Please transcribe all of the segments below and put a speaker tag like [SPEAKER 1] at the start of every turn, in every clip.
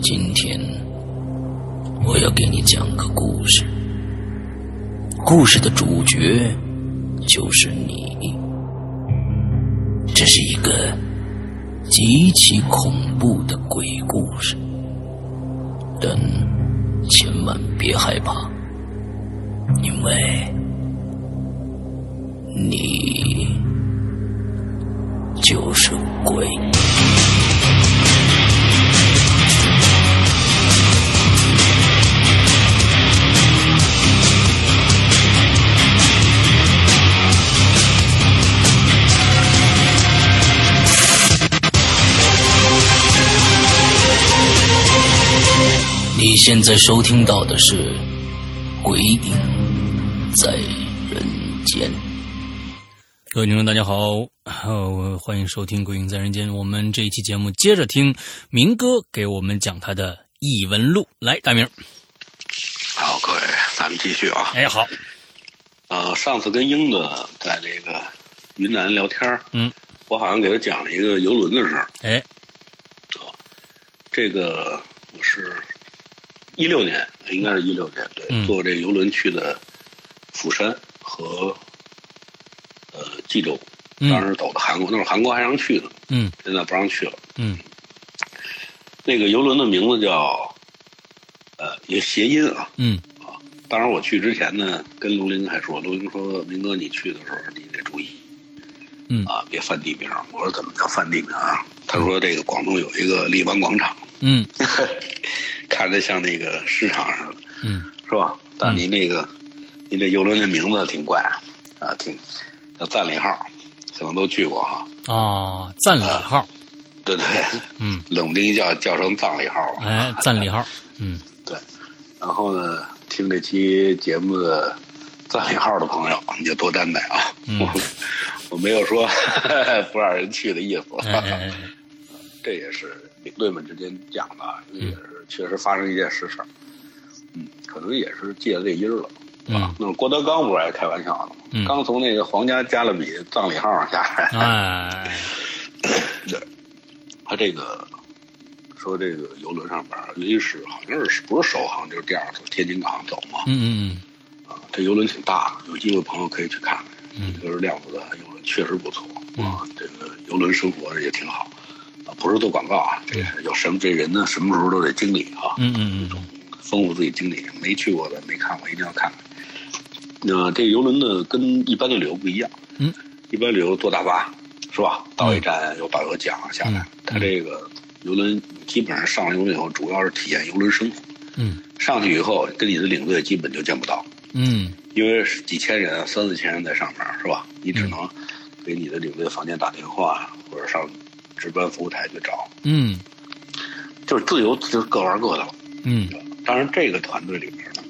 [SPEAKER 1] 今天我要给你讲个故事，故事的主角就是你。这是一个极其恐怖的鬼故事，但千万别害怕，因为你就是鬼。你现在收听到的是《鬼影在人间》。
[SPEAKER 2] 各位听众，大家好，呃我欢迎收听《鬼影在人间》。我们这一期节目接着听明哥给我们讲他的异闻录。来，大明，
[SPEAKER 3] 好，各位，咱们继续啊。
[SPEAKER 2] 哎，好，
[SPEAKER 3] 呃，上次跟英子在这个云南聊天儿
[SPEAKER 2] 嗯，
[SPEAKER 3] 我好像给他讲了一个游轮的事儿。
[SPEAKER 2] 哎，
[SPEAKER 3] 这个我是一六年，应该是一六年，对，
[SPEAKER 2] 嗯
[SPEAKER 3] 坐这游轮去的釜山和呃济州，当
[SPEAKER 2] 嗯
[SPEAKER 3] 时走的韩国，那会儿韩国还让去呢，
[SPEAKER 2] 嗯
[SPEAKER 3] 现在不让去了。
[SPEAKER 2] 嗯
[SPEAKER 3] 那个游轮的名字叫呃，也谐音啊，
[SPEAKER 2] 嗯
[SPEAKER 3] 当然，我去之前呢，跟卢林还说，卢林说：“明哥，你去的时候你得注意，
[SPEAKER 2] 嗯
[SPEAKER 3] 啊，别犯地名。”我说：“怎么叫犯地名啊？”他说：“这个广东有一个荔湾广场，
[SPEAKER 2] 嗯
[SPEAKER 3] 看着像那个市场似的，
[SPEAKER 2] 嗯
[SPEAKER 3] 是吧？但您那个，您这游轮这名字挺怪啊，啊，挺叫赞礼号，可能都去过哈。
[SPEAKER 2] 啊，赞礼号，
[SPEAKER 3] 对 对，
[SPEAKER 2] 嗯，
[SPEAKER 3] 冷不丁一叫叫成葬礼号了。
[SPEAKER 2] 哎，赞礼号，嗯
[SPEAKER 3] 对，然后呢，听这期节目的赞礼号的朋友，你就多担待啊。
[SPEAKER 2] 嗯
[SPEAKER 3] 我我没有说 不让人去的意思，
[SPEAKER 2] 哎哎哎，哎
[SPEAKER 3] 这也是领队们之间讲的，
[SPEAKER 2] 嗯
[SPEAKER 3] 因为也是确实发生一件实事儿。嗯，可能也是借了这音儿了。
[SPEAKER 2] 嗯
[SPEAKER 3] 那么郭德纲不是还开玩笑呢吗？
[SPEAKER 2] 嗯
[SPEAKER 3] 刚从那个皇家加勒比葬礼号上下来，
[SPEAKER 2] 哎，
[SPEAKER 3] 他这个说这个游轮上边儿，尤其是好像是不是首航就是第二从天津港走嘛，
[SPEAKER 2] 嗯嗯
[SPEAKER 3] 啊，这游轮挺大的，有机会朋友可以去看看。
[SPEAKER 2] 嗯
[SPEAKER 3] 这就是量子的游轮确实不错
[SPEAKER 2] 嗯
[SPEAKER 3] 啊，这个游轮生活也挺好啊，不是做广告啊，这是有什么这人呢，什么时候都得经历啊，
[SPEAKER 2] 嗯嗯嗯
[SPEAKER 3] 丰富自己经历。没去过的没看过，一定要看看。那这个游轮呢，跟一般的旅游不一样，
[SPEAKER 2] 嗯，
[SPEAKER 3] 一般旅游坐大巴是吧？到一站有导游讲啊下来，它这个游轮基本上上了游轮以后，主要是体验游轮生活。
[SPEAKER 2] 嗯
[SPEAKER 3] 上去以后，跟你的领队基本就见不到，
[SPEAKER 2] 嗯
[SPEAKER 3] 因为是几千人、啊三四千人在上面，是吧？你只能给你的领队房间打电话，或者上值班服务台去找，
[SPEAKER 2] 嗯
[SPEAKER 3] 就是自由，就是各玩各的了。
[SPEAKER 2] 嗯
[SPEAKER 3] 当然，这个团队里面呢，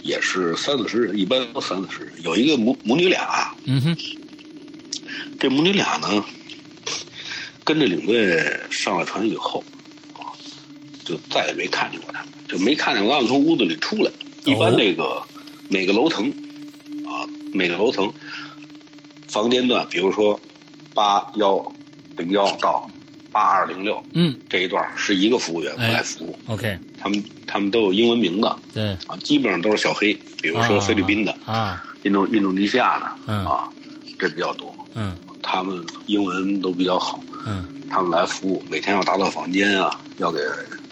[SPEAKER 3] 也是三四十人，一般都三四十人。有一个母母女俩，啊
[SPEAKER 2] 嗯哼，
[SPEAKER 3] 这母女俩呢，跟着领队上了船以后，啊，就再也没看见过他们，就没看见过他们从屋子里出来。一般那个、每个楼层，啊，每个楼层房间段，比如说八幺零幺到八二零六
[SPEAKER 2] 嗯
[SPEAKER 3] 这一段儿是一个服务员
[SPEAKER 2] 哎
[SPEAKER 3] 来服务，
[SPEAKER 2] ，OK，
[SPEAKER 3] 他们他们都有英文名字
[SPEAKER 2] 对，
[SPEAKER 3] 啊，基本上都是小黑，比如说菲律宾的、
[SPEAKER 2] 啊，
[SPEAKER 3] 印度印度尼西亚的、
[SPEAKER 2] 嗯
[SPEAKER 3] 啊，这比较多。
[SPEAKER 2] 嗯
[SPEAKER 3] 他们英文都比较好，
[SPEAKER 2] 嗯
[SPEAKER 3] 他们来服务，每天要打扫房间啊，要给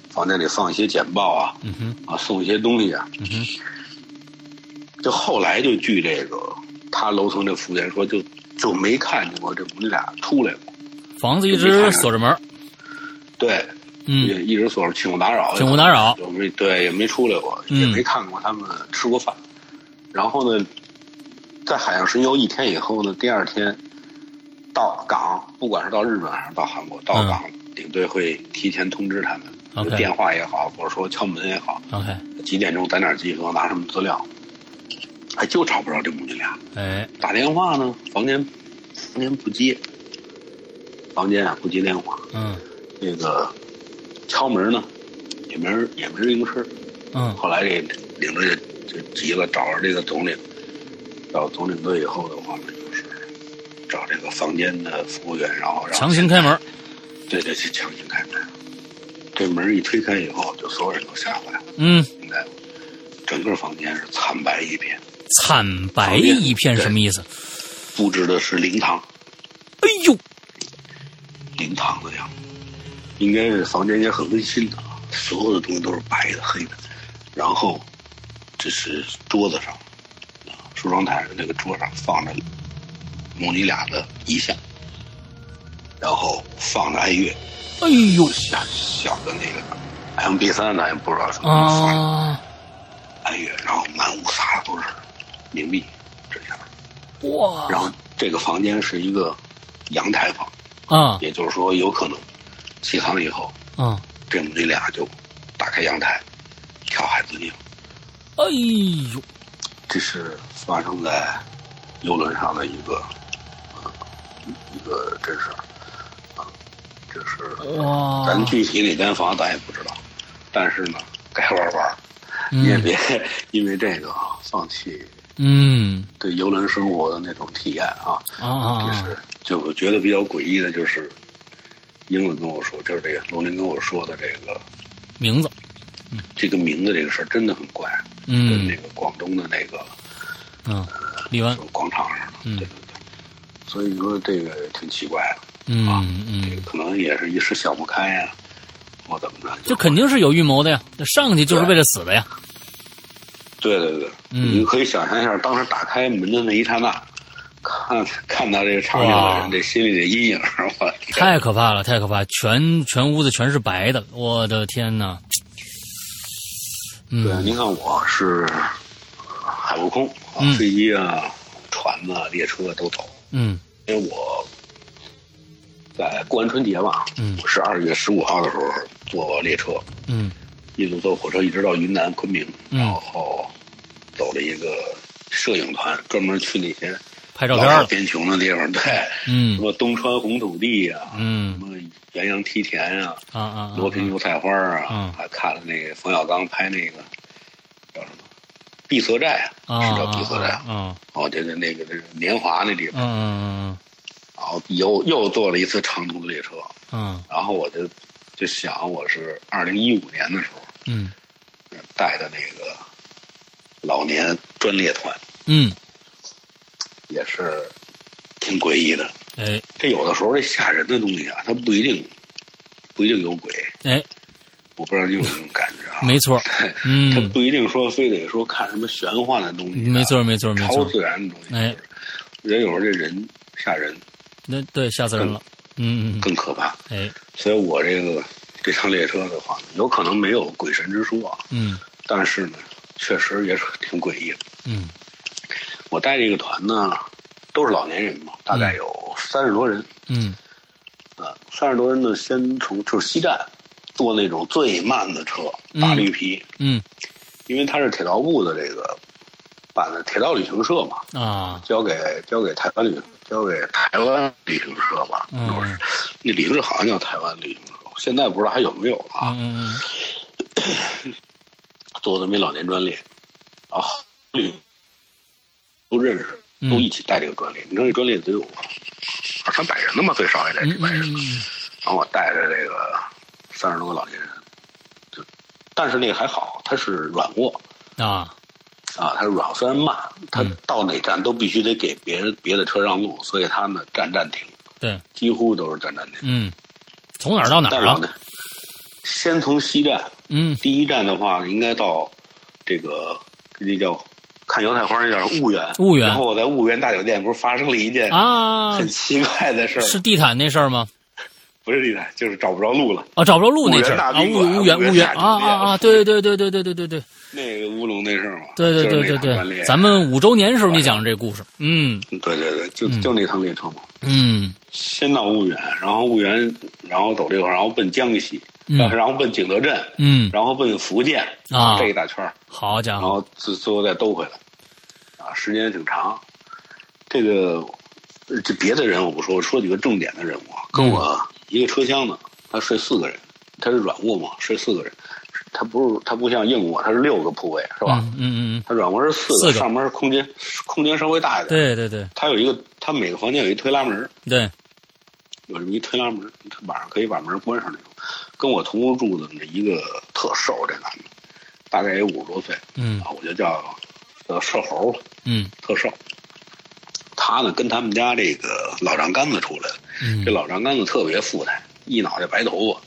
[SPEAKER 3] 房间里放一些简报啊，
[SPEAKER 2] 嗯哼
[SPEAKER 3] 啊送一些东西啊。
[SPEAKER 2] 嗯哼。
[SPEAKER 3] 就后来就据这个他楼层这服务员说，就就没看见过这母女俩出来过。
[SPEAKER 2] 房子一直锁着门儿，
[SPEAKER 3] 对，
[SPEAKER 2] 嗯
[SPEAKER 3] 也一直锁着，请勿打扰，
[SPEAKER 2] 请勿打扰
[SPEAKER 3] 就没对，也没出来过，
[SPEAKER 2] 嗯
[SPEAKER 3] 也没看过他们吃过饭。然后呢，在海上神游一天以后呢，第二天到港，不管是到日本还是到韩国，到港、领队会提前通知他们
[SPEAKER 2] 嗯 OK
[SPEAKER 3] 电话也好，或者说敲门也好，
[SPEAKER 2] ，OK，
[SPEAKER 3] 几点钟在哪儿集合，拿什么资料，哎，就找不着这母女俩。
[SPEAKER 2] 哎，
[SPEAKER 3] 打电话呢，房间房间不接，房间啊不接电话，
[SPEAKER 2] 嗯
[SPEAKER 3] 那个敲门呢，也没人也没人应声。
[SPEAKER 2] 嗯
[SPEAKER 3] 后来这领队就急了，找着这个总领，找总领队以后的话呢，就是找这个房间的服务员，然后让
[SPEAKER 2] 强行开门儿，
[SPEAKER 3] 对对对强行开门。这门一推开以后，就所有人都吓坏了。
[SPEAKER 2] 嗯，
[SPEAKER 3] 现在整个房间是惨白一片，
[SPEAKER 2] 惨白一片
[SPEAKER 3] 对
[SPEAKER 2] 什么意思？
[SPEAKER 3] 布置的是灵堂，
[SPEAKER 2] 哎呦，
[SPEAKER 3] 灵堂的样子，应该是房间也很温馨的啊，所有的东西都是白的、黑的，然后这是桌子上，啊，梳妆台的那个桌上放着母女俩的遗像，然后放着哀乐，
[SPEAKER 2] 哎呦
[SPEAKER 3] 小小的那个 M P 三，咱也不知道什么东西放着
[SPEAKER 2] 啊！
[SPEAKER 3] 哀乐，然后满屋撒的都是冥币，这样，
[SPEAKER 2] 哇
[SPEAKER 3] 然后这个房间是一个阳台房，
[SPEAKER 2] 啊
[SPEAKER 3] 也就是说有可能起航以后。
[SPEAKER 2] 啊！
[SPEAKER 3] 这母女俩就打开阳台，跳海自尽。
[SPEAKER 2] 哎呦，
[SPEAKER 3] 这是发生在游轮上的一个、呃一个真事儿啊，这是
[SPEAKER 2] 哇！
[SPEAKER 3] 咱具体哪间房咱也不知道，但是呢，该玩儿玩儿，你也
[SPEAKER 2] 嗯
[SPEAKER 3] 别因为这个啊放弃
[SPEAKER 2] 嗯
[SPEAKER 3] 对游轮生活的那种体验啊。
[SPEAKER 2] 啊啊
[SPEAKER 3] 就
[SPEAKER 2] 啊
[SPEAKER 3] 是就我觉得比较诡异的就是，英文跟我说，就是这个罗琳跟我说的这个
[SPEAKER 2] 名字，
[SPEAKER 3] 这个名字这个事儿真的很怪。跟那
[SPEAKER 2] 嗯
[SPEAKER 3] 个广东的那个
[SPEAKER 2] 嗯，李安，
[SPEAKER 3] 广场上的，
[SPEAKER 2] 嗯
[SPEAKER 3] 对对对。所以说这个挺奇怪的，
[SPEAKER 2] 嗯
[SPEAKER 3] 这个
[SPEAKER 2] 嗯，
[SPEAKER 3] 可能也是一时想不开呀、或怎么着。
[SPEAKER 2] 这肯定是有预谋的呀，这上去就是为了死的呀。
[SPEAKER 3] 对对对，
[SPEAKER 2] 嗯
[SPEAKER 3] 你可以想象一下，当时打开门的那一刹那，看看到这个场景的
[SPEAKER 2] 哇
[SPEAKER 3] 人，这心里的阴影，我的天
[SPEAKER 2] 太可怕了，太可怕！全全屋子全是白的，我的天哪！
[SPEAKER 3] 对，
[SPEAKER 2] 嗯
[SPEAKER 3] 您看我是呃海陆空，啊
[SPEAKER 2] 嗯
[SPEAKER 3] 飞机啊、船呐、列车都走，
[SPEAKER 2] 嗯
[SPEAKER 3] 因为我在过完春节吧，
[SPEAKER 2] 嗯
[SPEAKER 3] 我是二月十五号的时候坐列车，
[SPEAKER 2] 嗯
[SPEAKER 3] 一路坐火车一直到云南昆明，
[SPEAKER 2] 嗯
[SPEAKER 3] 然后走了一个摄影团，专门去那些
[SPEAKER 2] 拍照
[SPEAKER 3] 老
[SPEAKER 2] 片了
[SPEAKER 3] 少，边穷的地方，对，
[SPEAKER 2] 嗯
[SPEAKER 3] 什么东川红土地呀、什
[SPEAKER 2] 嗯
[SPEAKER 3] 么元阳梯田啊，
[SPEAKER 2] 啊啊，
[SPEAKER 3] 罗平油菜花啊，
[SPEAKER 2] 嗯
[SPEAKER 3] 还看了那个冯小刚拍那个叫什么碧色寨，
[SPEAKER 2] 啊
[SPEAKER 3] 是叫碧色寨，
[SPEAKER 2] 啊
[SPEAKER 3] 哦，这个那个这个年华那地
[SPEAKER 2] 嗯
[SPEAKER 3] 方，
[SPEAKER 2] 嗯
[SPEAKER 3] 然后又又坐了一次长途的列车，
[SPEAKER 2] 嗯
[SPEAKER 3] 然后我就就想我是二零一五年的时候。
[SPEAKER 2] 嗯
[SPEAKER 3] 带的那个老年专列团，
[SPEAKER 2] 嗯，
[SPEAKER 3] 也是挺诡异的。
[SPEAKER 2] 哎
[SPEAKER 3] 这有的时候这吓人的东西啊，它不一定不一定有鬼，
[SPEAKER 2] 哎，
[SPEAKER 3] 我不知道你有没有这种感觉啊？
[SPEAKER 2] 没错，嗯
[SPEAKER 3] 它，不一定说非得说看什么玄幻的东西、啊
[SPEAKER 2] 没，错没错没
[SPEAKER 3] 超
[SPEAKER 2] 错，
[SPEAKER 3] 自然的东西。
[SPEAKER 2] 哎，
[SPEAKER 3] 人有时候这人吓人
[SPEAKER 2] 那对吓死人了，嗯嗯
[SPEAKER 3] 更可怕，
[SPEAKER 2] 哎
[SPEAKER 3] 所以我这个这趟列车的话呢，有可能没有鬼神之说啊，
[SPEAKER 2] 嗯
[SPEAKER 3] 但是呢，确实也是挺诡异的。
[SPEAKER 2] 嗯
[SPEAKER 3] 我带这个团呢，都是老年人嘛，大概有三十多人。
[SPEAKER 2] 嗯
[SPEAKER 3] 啊，三十多人呢，先从就是西站坐那种最慢的车，
[SPEAKER 2] 嗯
[SPEAKER 3] 大绿皮，
[SPEAKER 2] 嗯
[SPEAKER 3] 因为它是铁道部的这个办的铁道旅行社嘛，
[SPEAKER 2] 啊
[SPEAKER 3] 交给交给台湾旅交给台湾旅行社吧，
[SPEAKER 2] 嗯
[SPEAKER 3] 那会儿那旅行社好像叫台湾旅行社，现在不知道还有没有了啊。
[SPEAKER 2] 嗯嗯
[SPEAKER 3] 做的没老年专列，啊，绿都认识，
[SPEAKER 2] 嗯
[SPEAKER 3] 都一起带这个专列。你说这专列得有二三百人了嘛，最少也得
[SPEAKER 2] 嗯
[SPEAKER 3] 几百人。
[SPEAKER 2] 嗯
[SPEAKER 3] 然后我带着这个三十多个老年人，就，但是那个还好，它是软卧
[SPEAKER 2] 嗯啊
[SPEAKER 3] 啊，它是软卧，虽然慢，它
[SPEAKER 2] 嗯
[SPEAKER 3] 到哪站都必须得给别人别的车让路，所以他们站站停，
[SPEAKER 2] 对，
[SPEAKER 3] 几乎都是站站停。
[SPEAKER 2] 嗯，从哪儿到哪
[SPEAKER 3] 但
[SPEAKER 2] 儿
[SPEAKER 3] 是
[SPEAKER 2] 啊？
[SPEAKER 3] 呢，先从西站，
[SPEAKER 2] 嗯
[SPEAKER 3] 第一站的话，应该到这个那叫看油菜花那叫婺源。
[SPEAKER 2] 婺源
[SPEAKER 3] 然后我在婺源大酒店不是发生了一件
[SPEAKER 2] 啊，
[SPEAKER 3] 很奇怪的事儿、
[SPEAKER 2] 是地毯那事儿吗？
[SPEAKER 3] 不是地毯，就是找不着路了。
[SPEAKER 2] 啊，找不着路那事儿啊，无无缘无缘啊啊啊！对对对对对对对对
[SPEAKER 3] 那个乌龙那事儿嘛，
[SPEAKER 2] 对对
[SPEAKER 3] 就是
[SPEAKER 2] 对对
[SPEAKER 3] 那趟专列
[SPEAKER 2] 对，咱们五周年时候你讲这故事，嗯
[SPEAKER 3] 对对对，就、
[SPEAKER 2] 嗯
[SPEAKER 3] 就那趟列车嘛，
[SPEAKER 2] 嗯
[SPEAKER 3] 先到婺源，然后婺源，然后走这块儿，然后奔江西，
[SPEAKER 2] 嗯
[SPEAKER 3] 然后奔景德镇，
[SPEAKER 2] 嗯，
[SPEAKER 3] 然后奔福建
[SPEAKER 2] 啊
[SPEAKER 3] 这一大圈儿
[SPEAKER 2] 好家
[SPEAKER 3] 然
[SPEAKER 2] 伙，
[SPEAKER 3] 后最最后再兜回来，啊，时间也挺长。这个呃这别的人我不说，我说几个重点的人物啊，跟
[SPEAKER 2] 嗯
[SPEAKER 3] 我一个车厢的，他睡四个人，他是软卧嘛，睡四个人，他不是他不像硬卧，他是六个铺位是吧？
[SPEAKER 2] 嗯嗯嗯，
[SPEAKER 3] 他软卧是四
[SPEAKER 2] 四个
[SPEAKER 3] 上面空间空间稍微大一点。
[SPEAKER 2] 对对对
[SPEAKER 3] 他有一个，他每个房间有一推拉门，
[SPEAKER 2] 对，
[SPEAKER 3] 有这么一推拉门，他晚上可以把门关上那种。跟我同屋住的那一个特瘦这男的，大概也五十多岁
[SPEAKER 2] 嗯
[SPEAKER 3] 啊，我就叫呃瘦猴，
[SPEAKER 2] 嗯
[SPEAKER 3] 特瘦。他呢跟他们家这个老丈杆子出来的，
[SPEAKER 2] 嗯
[SPEAKER 3] 这老丈杆子特别富态，一脑袋白头发，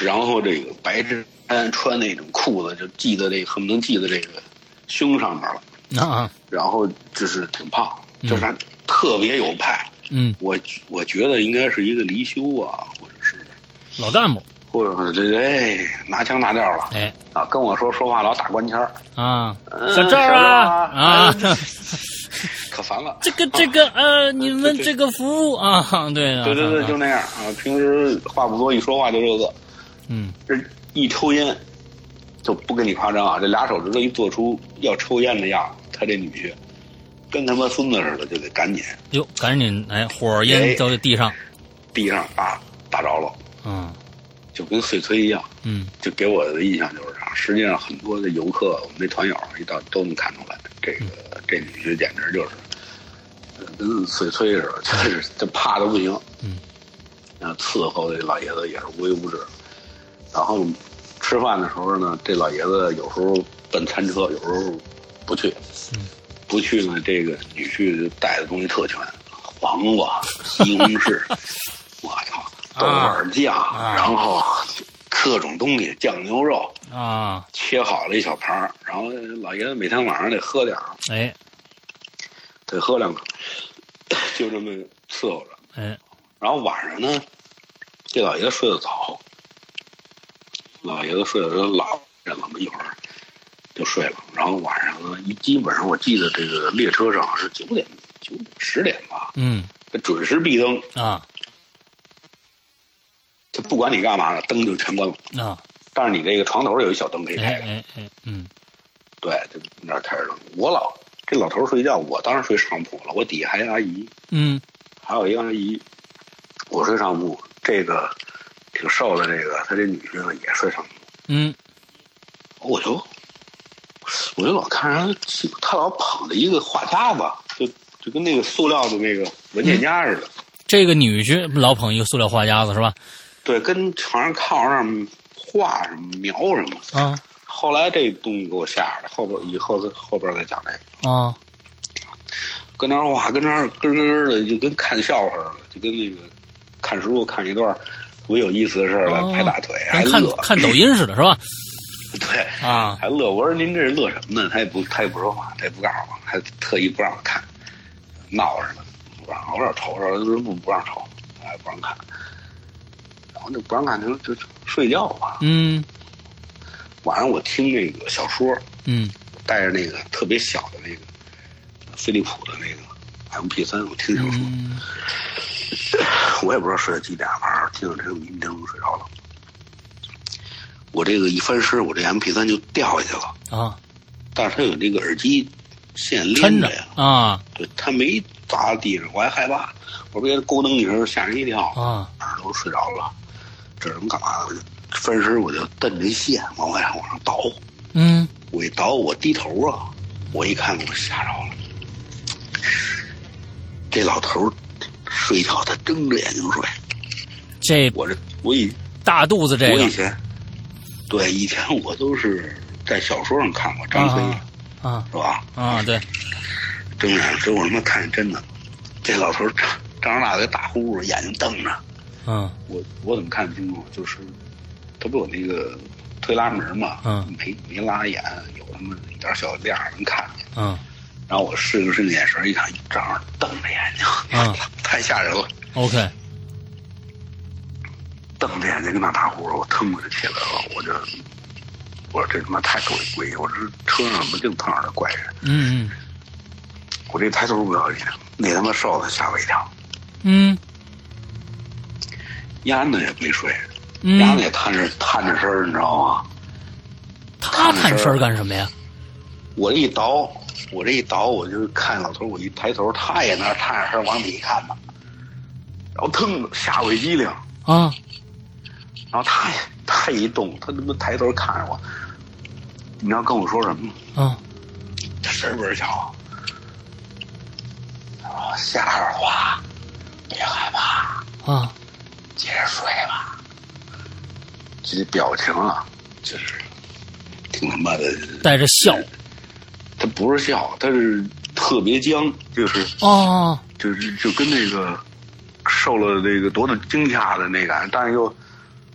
[SPEAKER 3] 然后这个白衬衫穿那种裤子就系在这个恨不得系在这个胸上面了，
[SPEAKER 2] 啊
[SPEAKER 3] 然后就是挺胖，就是他特别有派。
[SPEAKER 2] 嗯
[SPEAKER 3] 我我觉得应该是一个离休啊，或者是
[SPEAKER 2] 老干部
[SPEAKER 3] 或者是这哎拿腔拿调了
[SPEAKER 2] 哎
[SPEAKER 3] 啊，跟我说说话老打官腔儿，
[SPEAKER 2] 啊
[SPEAKER 3] 嗯
[SPEAKER 2] 小赵啊
[SPEAKER 3] 小
[SPEAKER 2] 啊
[SPEAKER 3] 赵啊可烦了。
[SPEAKER 2] 这个这个呃你们
[SPEAKER 3] 对
[SPEAKER 2] 这个服务啊对啊
[SPEAKER 3] 对对对，
[SPEAKER 2] 啊
[SPEAKER 3] 就那样啊。平时话不多，一说话就这个，
[SPEAKER 2] 嗯
[SPEAKER 3] 这一抽烟就不跟你夸张啊，这俩手指头一做出要抽烟的样，他这女婿跟他妈孙子似的，就得赶紧
[SPEAKER 2] 哟赶紧哎火烟掉在地上
[SPEAKER 3] 地上啊打着了，
[SPEAKER 2] 嗯
[SPEAKER 3] 就跟碎催一样。
[SPEAKER 2] 嗯
[SPEAKER 3] 就给我的印象就是这样。实际上，很多的游客，我们这团友一到都能看出来，这
[SPEAKER 2] 嗯
[SPEAKER 3] 个这女婿简直就是呃跟碎催似的， 就是这怕的不行。
[SPEAKER 2] 嗯，
[SPEAKER 3] 那伺候这老爷子也是无微不至。然后吃饭的时候呢，这老爷子有时候奔餐车，有时候不去。
[SPEAKER 2] 嗯，
[SPEAKER 3] 不去呢，这个女婿就带的东西特全，黄瓜、西红 柿，我操，豆瓣酱，
[SPEAKER 2] 啊
[SPEAKER 3] 然后各种东西，酱牛肉
[SPEAKER 2] 啊
[SPEAKER 3] 切好了一小盘儿，然后老爷子每天晚上得喝点儿，
[SPEAKER 2] 哎
[SPEAKER 3] 得喝两口，就这么伺候着。
[SPEAKER 2] 哎
[SPEAKER 3] 然后晚上呢，这老爷子睡得早，老爷子睡得老着了嘛，一会儿就睡了。然后晚上呢，一基本上我记得这个列车上是九点、九点十点吧，
[SPEAKER 2] 嗯
[SPEAKER 3] 它准时闭灯，
[SPEAKER 2] 啊
[SPEAKER 3] 就不管你干嘛了，灯就全关了。
[SPEAKER 2] 啊
[SPEAKER 3] 但是你这个床头有一小灯可以
[SPEAKER 2] 哎
[SPEAKER 3] 开开，
[SPEAKER 2] 哎哎嗯
[SPEAKER 3] 对，就那儿开着灯。我老这老头儿睡觉，我当然睡上铺了，我底下还有阿姨，
[SPEAKER 2] 嗯
[SPEAKER 3] 还有一个阿姨，我睡上铺。这个挺瘦的，这个他这女婿呢也睡上铺。
[SPEAKER 2] 嗯
[SPEAKER 3] 我就我就老看人家，他老捧着一个画夹子，就就跟那个塑料的那个文件夹似的，
[SPEAKER 2] 这个女婿老捧一个塑料花夹子是吧
[SPEAKER 3] 对，跟床上靠上画什么描什么。
[SPEAKER 2] 啊
[SPEAKER 3] 后来这东西给我吓着，后边以后再后边再讲这个，
[SPEAKER 2] 啊
[SPEAKER 3] 跟那儿画，跟那儿咯咯咯的，就跟看笑话似的，就跟那个看书看一段多有意思的事儿
[SPEAKER 2] 哦
[SPEAKER 3] 了，拍大腿啊还
[SPEAKER 2] 跟看
[SPEAKER 3] 乐，
[SPEAKER 2] 看抖音似的是吧
[SPEAKER 3] 对，
[SPEAKER 2] 啊
[SPEAKER 3] 还乐。我说您这是乐什么呢？他也不他也不说话，他也不告诉我，还特意不让我看，闹着呢，不让我有点瞅瞅，他说不不让瞅，哎不让看，然后就不让看，就就就睡觉吧。
[SPEAKER 2] 嗯
[SPEAKER 3] 晚上我听那个小说，
[SPEAKER 2] 嗯
[SPEAKER 3] 带着那个特别小的那个飞利浦的那个 M P 三，我听小说，
[SPEAKER 2] 嗯
[SPEAKER 3] 我也不知道睡到几点，晚上听着这个迷迷瞪瞪睡着了。我这个一翻身，我这 M P 三就掉下去了。
[SPEAKER 2] 啊
[SPEAKER 3] 但是它有这个耳机线
[SPEAKER 2] 抻
[SPEAKER 3] 连
[SPEAKER 2] 着
[SPEAKER 3] 呀，
[SPEAKER 2] 啊
[SPEAKER 3] 对，它没砸地上，我还害怕，我别咕噔一声吓人一跳，
[SPEAKER 2] 啊
[SPEAKER 3] 耳朵睡着了，这人干嘛呢？我就翻身我就蹬这线往外往上倒，
[SPEAKER 2] 嗯
[SPEAKER 3] 我一倒我低头啊，我一看我吓着了，这老头儿睡觉他睁着眼睛睡，
[SPEAKER 2] 这
[SPEAKER 3] 我这我以
[SPEAKER 2] 大肚子这
[SPEAKER 3] 我
[SPEAKER 2] 个
[SPEAKER 3] 以前对以前我都是在小说上看过张飞、
[SPEAKER 2] 啊啊
[SPEAKER 3] 是吧？
[SPEAKER 2] 啊对
[SPEAKER 3] 睁眼之后，我他妈看见真的，这老头儿张张着大嘴打呼噜，眼睛瞪着。
[SPEAKER 2] 嗯
[SPEAKER 3] 我我怎么看清楚？就是他不有那个推拉门嘛，
[SPEAKER 2] 嗯
[SPEAKER 3] 没没拉眼，有那么一点小亮能看见。
[SPEAKER 2] 嗯
[SPEAKER 3] 然后我试了试眼神，一看，张着瞪着眼睛，
[SPEAKER 2] 嗯
[SPEAKER 3] 太吓人了，
[SPEAKER 2] OK
[SPEAKER 3] 瞪着眼睛跟那打呼噜，我腾我就起来了，我就我说这他妈太够诡异，我这车上怎么净碰上这怪人？
[SPEAKER 2] 嗯
[SPEAKER 3] 我这抬头不要紧，那他妈瘦子吓我一跳，
[SPEAKER 2] 嗯
[SPEAKER 3] 丫呢也没睡。
[SPEAKER 2] 嗯
[SPEAKER 3] 丫头
[SPEAKER 2] 嗯
[SPEAKER 3] 也探着探着身儿，你知道吗？
[SPEAKER 2] 他探身儿干什么呀
[SPEAKER 3] 我这一倒，我这一倒，我就看老头儿，我一抬头，他也那儿探着身儿往里看呢，然后腾吓我一激灵，
[SPEAKER 2] 啊
[SPEAKER 3] 然后他也他也一动，他他妈抬头看着我，你知道跟我说什么吗？
[SPEAKER 2] 啊
[SPEAKER 3] 他声儿倍儿小，啊，吓着了，别害怕，
[SPEAKER 2] 啊
[SPEAKER 3] 接着睡吧。这表情啊，就是挺他妈的，
[SPEAKER 2] 带着笑
[SPEAKER 3] 他不是笑，他是特别僵，就是
[SPEAKER 2] 哦，
[SPEAKER 3] 就是就跟那个受了那个多大惊吓的那感觉，但是又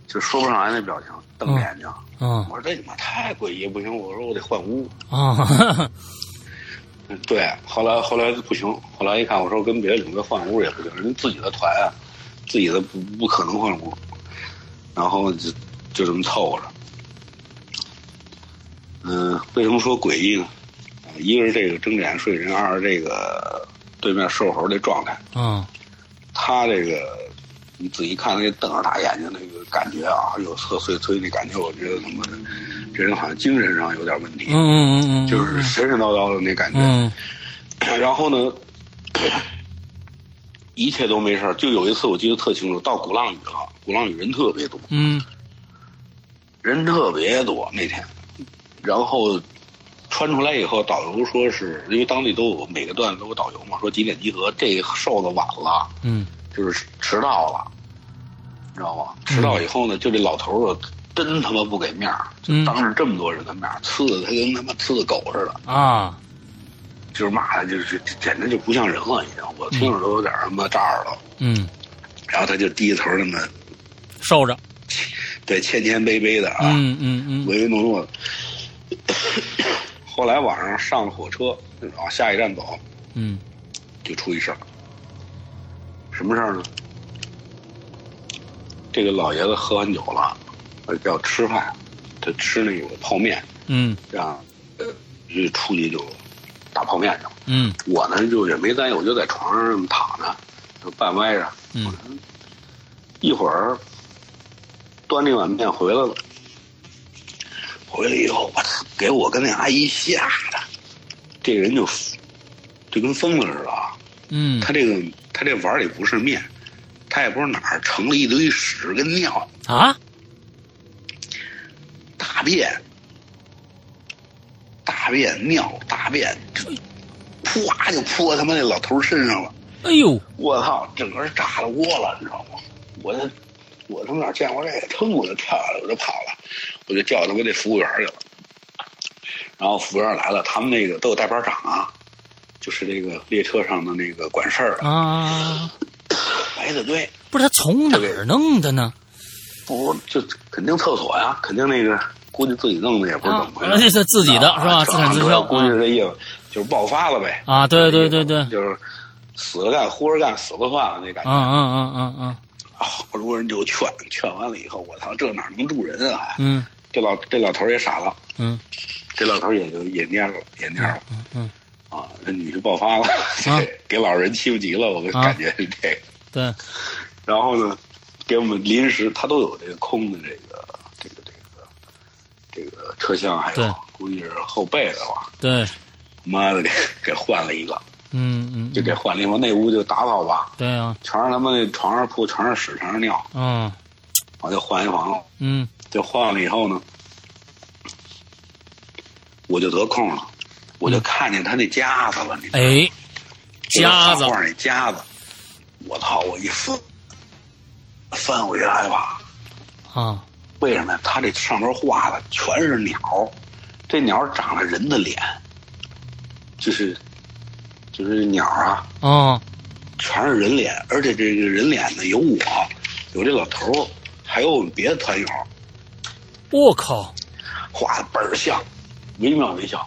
[SPEAKER 3] 就说不上来那表情，瞪着眼睛。
[SPEAKER 2] 嗯
[SPEAKER 3] 我说这他妈太诡异，不行！我说我得换屋。
[SPEAKER 2] 啊，
[SPEAKER 3] 嗯对，后来后来不行，后来一看，我说跟别的领队换屋也不行，人自己的团啊，自己的不不可能换屋，然后就就这么凑合着。嗯、为什么说诡异呢？啊一个是这个睁着眼睡人，二是这个对面瘦猴这状态，
[SPEAKER 2] 嗯
[SPEAKER 3] 他这个你仔细看那瞪着大眼睛那个感觉啊，有侧碎催那感觉，我觉得他妈的这人好像精神上有点问题，
[SPEAKER 2] 嗯嗯嗯，
[SPEAKER 3] 就是神神叨叨的那感觉。
[SPEAKER 2] 嗯
[SPEAKER 3] 然后呢，一切都没事儿。就有一次我记得特清楚，到鼓浪屿了，鼓浪屿人特别多，
[SPEAKER 2] 嗯
[SPEAKER 3] 人特别多那天。然后穿出来以后，导游说是因为当地都有每个段子都有导游嘛，说几点集合。这瘦子晚了，
[SPEAKER 2] 嗯
[SPEAKER 3] 就是迟到了，你知道吗？迟到以后呢，就这老头儿啊真他妈不给面儿，
[SPEAKER 2] 嗯
[SPEAKER 3] 当着这么多人的面儿，呲的他跟他妈呲的狗似的。
[SPEAKER 2] 啊，
[SPEAKER 3] 就是骂他，就是简直就不像人了，已经，我听着都有点他妈炸耳朵。
[SPEAKER 2] 嗯，
[SPEAKER 3] 然后他就低着头那么
[SPEAKER 2] 受着，
[SPEAKER 3] 对谦谦卑卑的啊，
[SPEAKER 2] 嗯嗯嗯
[SPEAKER 3] 唯唯诺诺的。 后来晚上上了火车，往下一站走，
[SPEAKER 2] 嗯，
[SPEAKER 3] 就出一事儿。什么事儿呢？这个老爷子喝完酒了，呃要吃饭，他吃那个泡面，
[SPEAKER 2] 嗯
[SPEAKER 3] 让呃就出去就打泡面去了。
[SPEAKER 2] 嗯
[SPEAKER 3] 我呢就也没担忧，我就在床上这么躺着，就半歪着。
[SPEAKER 2] 嗯
[SPEAKER 3] 一会儿端那碗面回来了，回来以后，我操，给我跟那阿姨吓的，这人就就跟疯了似的啊！
[SPEAKER 2] 嗯，
[SPEAKER 3] 他这个他这碗里不是面，他也不知道哪儿盛了一堆屎跟尿
[SPEAKER 2] 啊，
[SPEAKER 3] 大便，大便尿大便，就啪就泼他妈那老头身上了。
[SPEAKER 2] 哎呦，
[SPEAKER 3] 我操，整个人炸了窝了，你知道吗？我这我他妈哪见过这个，腾我就跳下来，我就跑了，我就叫他妈这服务员去了。然后服务员来了，他们那个都有代班长啊，就是这个列车上的那个管事儿的，
[SPEAKER 2] 啊，
[SPEAKER 3] 排着队，
[SPEAKER 2] 不是他从哪儿弄的呢？
[SPEAKER 3] 不就肯定厕所呀，肯定那个估计自己弄的也不知道怎么回事，
[SPEAKER 2] 啊，这是自己的
[SPEAKER 3] 啊
[SPEAKER 2] 是吧？自产自销
[SPEAKER 3] 对估计是这意思，就是爆发了呗。
[SPEAKER 2] 啊，对对对对，嗯
[SPEAKER 3] 就是死了干，活着干，死了算了那感觉。
[SPEAKER 2] 嗯嗯嗯嗯
[SPEAKER 3] 好多人就劝，劝完了以后，我操，这哪能住人啊？
[SPEAKER 2] 嗯
[SPEAKER 3] 这老这老头儿也傻了，
[SPEAKER 2] 嗯
[SPEAKER 3] 这老头儿也就也蔫了，也蔫了
[SPEAKER 2] 嗯嗯，
[SPEAKER 3] 啊！这女的爆发了，
[SPEAKER 2] 啊
[SPEAKER 3] 给老人欺负急了，我
[SPEAKER 2] 啊
[SPEAKER 3] 感觉是这个。
[SPEAKER 2] 对，
[SPEAKER 3] 然后呢，给我们临时他都有这个空的这个这个这个这个车厢，还
[SPEAKER 2] 对
[SPEAKER 3] 有估计是后背的吧。
[SPEAKER 2] 对，
[SPEAKER 3] 妈的，给给换了一个，
[SPEAKER 2] 嗯嗯，
[SPEAKER 3] 就给换了一个。那屋就打扫吧，
[SPEAKER 2] 对啊，
[SPEAKER 3] 全是他妈那床上铺，全是屎，全是尿，
[SPEAKER 2] 嗯
[SPEAKER 3] 我就换一房了。
[SPEAKER 2] 嗯
[SPEAKER 3] 就换了以后呢，我就得空了，我就看见他那夹子了，你知道吗
[SPEAKER 2] 嗯哎，
[SPEAKER 3] 这个
[SPEAKER 2] 夹子
[SPEAKER 3] 画画那夹子，我操！我一翻，翻回来吧，
[SPEAKER 2] 啊，
[SPEAKER 3] 为什么呀？他这上面画的全是鸟，这鸟长了人的脸，就是就是鸟啊，
[SPEAKER 2] 哦
[SPEAKER 3] 全是人脸，而且这个人脸呢有我，有这老头儿，还有我们别的团友，
[SPEAKER 2] 我靠，
[SPEAKER 3] 画的倍儿像，惟妙惟肖。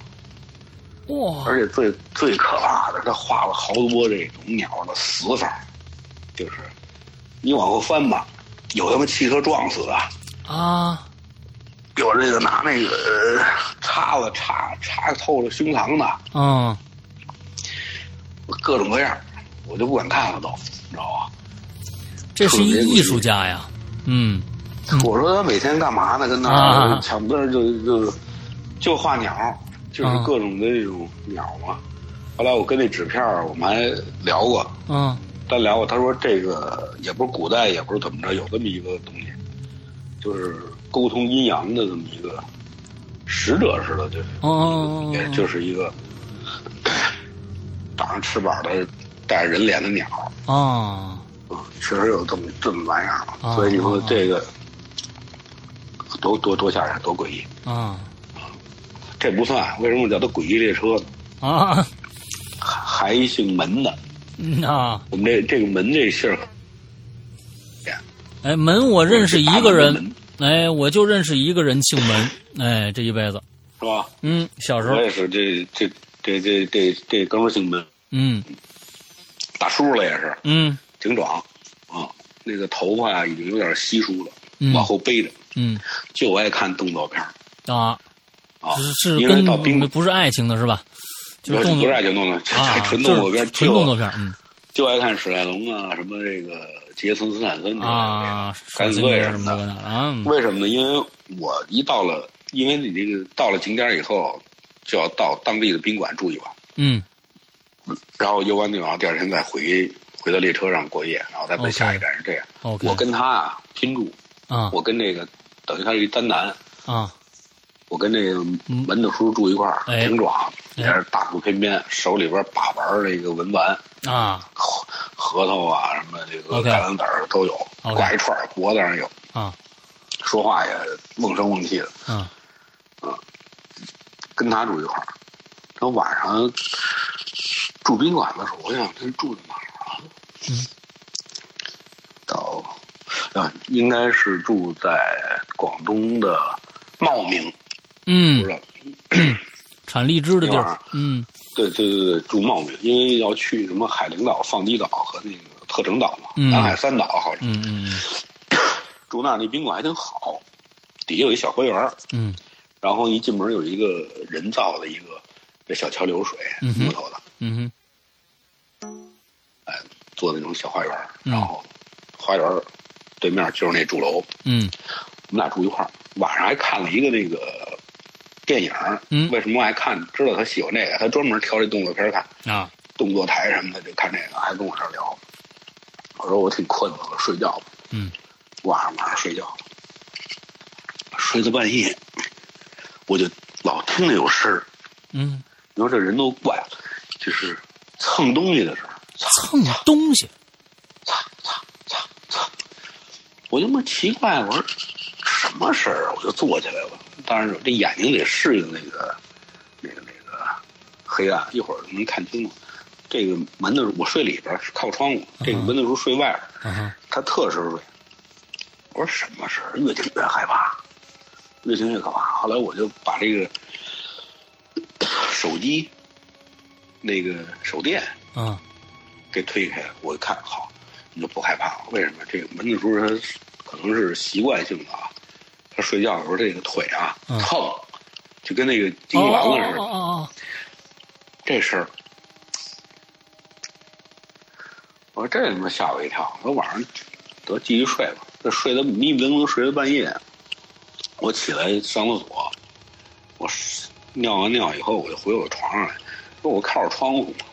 [SPEAKER 2] 哇，
[SPEAKER 3] 而且最最可怕的，他画了好多这种鸟的死法，就是你往后翻吧，有他妈汽车撞死的，
[SPEAKER 2] 啊，
[SPEAKER 3] 有这个拿那个呃叉子插插透了胸膛的，
[SPEAKER 2] 嗯
[SPEAKER 3] 各种各样，我就不敢看了都，你知道吧？
[SPEAKER 2] 这是一艺术家呀，嗯
[SPEAKER 3] 我说他每天干嘛呢？跟那
[SPEAKER 2] 啊
[SPEAKER 3] 儿抢不儿就就就画鸟，就是
[SPEAKER 2] 啊
[SPEAKER 3] 各种的这种鸟嘛。后来我跟那纸片儿我们还聊过，
[SPEAKER 2] 嗯
[SPEAKER 3] 单聊过，他说这个也不是古代，也不是怎么着，有这么一个东西，就是沟通阴阳的这么一个使者似的，就是、
[SPEAKER 2] 哦
[SPEAKER 3] 也就是一个长着翅膀的带着人脸的鸟，嗯
[SPEAKER 2] 啊，
[SPEAKER 3] 啊，确实有这么这么玩意儿。
[SPEAKER 2] 哦
[SPEAKER 3] 所以你说
[SPEAKER 2] 哦
[SPEAKER 3] 这个多多多吓人，多诡异。
[SPEAKER 2] 啊
[SPEAKER 3] 这不算，为什么叫它诡异列车呢？
[SPEAKER 2] 啊
[SPEAKER 3] 还还姓门的，
[SPEAKER 2] 嗯啊！
[SPEAKER 3] 我们这这个门这姓儿，
[SPEAKER 2] 哎，门我认识一个
[SPEAKER 3] 大
[SPEAKER 2] 人
[SPEAKER 3] 门，
[SPEAKER 2] 哎，我就认识一个人姓门，哎，这一辈子，
[SPEAKER 3] 是吧？
[SPEAKER 2] 嗯，小时候
[SPEAKER 3] 我，也是，这这这这这这哥们儿姓门，
[SPEAKER 2] 嗯
[SPEAKER 3] 大叔了也是，
[SPEAKER 2] 嗯
[SPEAKER 3] 警长啊，那个头发呀已经有点稀疏了，
[SPEAKER 2] 嗯
[SPEAKER 3] 往后背着，
[SPEAKER 2] 嗯
[SPEAKER 3] 就爱看动作片儿
[SPEAKER 2] 啊，
[SPEAKER 3] 啊
[SPEAKER 2] 是，是
[SPEAKER 3] 因为
[SPEAKER 2] 跟
[SPEAKER 3] 到冰
[SPEAKER 2] 不是爱情的是吧？就
[SPEAKER 3] 不
[SPEAKER 2] 是
[SPEAKER 3] 是
[SPEAKER 2] 动
[SPEAKER 3] 不
[SPEAKER 2] 作
[SPEAKER 3] 是爱情动作， 这
[SPEAKER 2] 啊，
[SPEAKER 3] 纯动作
[SPEAKER 2] 就
[SPEAKER 3] 片
[SPEAKER 2] 是
[SPEAKER 3] 儿，
[SPEAKER 2] 纯动作
[SPEAKER 3] 就
[SPEAKER 2] 片儿，嗯
[SPEAKER 3] 就爱看史泰龙啊，什么这个杰森斯坦森之类的
[SPEAKER 2] 啊，
[SPEAKER 3] 甘
[SPEAKER 2] 什
[SPEAKER 3] 斯
[SPEAKER 2] 么
[SPEAKER 3] 威尔
[SPEAKER 2] 什
[SPEAKER 3] 什
[SPEAKER 2] 么
[SPEAKER 3] 么
[SPEAKER 2] 这个
[SPEAKER 3] 的。
[SPEAKER 2] 那的啊，嗯
[SPEAKER 3] 为什么呢？因为我一到了，因为你这个到了景点儿以后，就要到当地的宾馆住一晚，
[SPEAKER 2] 嗯
[SPEAKER 3] 然后游完那晚，第二天再回回到列车上过夜，然后再奔下一站是这样。
[SPEAKER 2] ，OK，
[SPEAKER 3] 我跟他啊拼住，
[SPEAKER 2] 啊
[SPEAKER 3] 我跟这个等于他是一单男，
[SPEAKER 2] 啊
[SPEAKER 3] 我跟这个门的叔住一块儿，
[SPEAKER 2] 哎
[SPEAKER 3] 挺爽，也是大腹便便，手里边把玩儿这个文玩，
[SPEAKER 2] 啊
[SPEAKER 3] 核核桃啊什么这个
[SPEAKER 2] OK
[SPEAKER 3] 橄榄籽儿都有，
[SPEAKER 2] OK
[SPEAKER 3] 挂一串儿脖子上有，
[SPEAKER 2] 啊
[SPEAKER 3] 说话也瓮声瓮气的，
[SPEAKER 2] 啊
[SPEAKER 3] 跟他住一块儿。然后晚上住宾馆的时候，我想这住的哪儿啊？
[SPEAKER 2] 嗯，
[SPEAKER 3] 到啊，应该是住在广东的茂名，不
[SPEAKER 2] 嗯
[SPEAKER 3] 知，道
[SPEAKER 2] 产荔枝的地
[SPEAKER 3] 那会
[SPEAKER 2] 儿
[SPEAKER 3] 儿，
[SPEAKER 2] 嗯
[SPEAKER 3] 对对对对，住茂名，因为要去什么海陵岛、放低岛和那个特城岛嘛，
[SPEAKER 2] 嗯
[SPEAKER 3] 南海三岛好像
[SPEAKER 2] 嗯嗯
[SPEAKER 3] 住那儿那宾馆还挺好，底下有一小花园儿，
[SPEAKER 2] 嗯
[SPEAKER 3] 然后一进门有一个人造的一个这小桥流水，
[SPEAKER 2] 嗯哼
[SPEAKER 3] 木头的，
[SPEAKER 2] 嗯哼
[SPEAKER 3] 做那种小花园儿，
[SPEAKER 2] 嗯
[SPEAKER 3] 然后花园儿对面就是那住楼，
[SPEAKER 2] 嗯
[SPEAKER 3] 我们俩住一块儿，晚上还看了一个那个电影儿，
[SPEAKER 2] 嗯
[SPEAKER 3] 为什么爱看？知道他喜欢这个，他专门挑这动作片儿看。
[SPEAKER 2] 啊
[SPEAKER 3] 动作台什么的，就看这个，还跟我这儿聊。我说我挺困的，我说睡觉吧。
[SPEAKER 2] 嗯，
[SPEAKER 3] 晚上晚上睡觉，睡到半夜，我就老听着有声儿。
[SPEAKER 2] 嗯，
[SPEAKER 3] 你说这人都怪了，就是蹭东西的声儿，擦
[SPEAKER 2] 蹭东西，
[SPEAKER 3] 擦擦擦擦。我就他妈奇怪，我说什么事儿啊？我就坐起来了，当然这眼睛得适应那个那个那个黑暗，一会儿能看清楚。这个门的我睡里边儿是靠窗户，这个门的时候睡外
[SPEAKER 2] 啊
[SPEAKER 3] 边儿，
[SPEAKER 2] 哈
[SPEAKER 3] 他特深睡。我说什么事儿？越听越害怕，越听越可怕。后来我就把这个手机那个手电
[SPEAKER 2] 啊
[SPEAKER 3] 给推开，我一看，好，你就不害怕了。为什么？这个门子叔他可能是习惯性的啊，他睡觉的时候这个腿啊
[SPEAKER 2] 嗯
[SPEAKER 3] 蹭，就跟那个金
[SPEAKER 2] 哦
[SPEAKER 3] 丸子似
[SPEAKER 2] 哦
[SPEAKER 3] 的。
[SPEAKER 2] 哦
[SPEAKER 3] 这事儿，我说这他妈吓我一跳。我说晚上得继续睡吧，这睡得迷迷瞪瞪睡到半夜，我起来上厕所，我尿完尿以后我就回我床上来，说我靠着窗户嘛，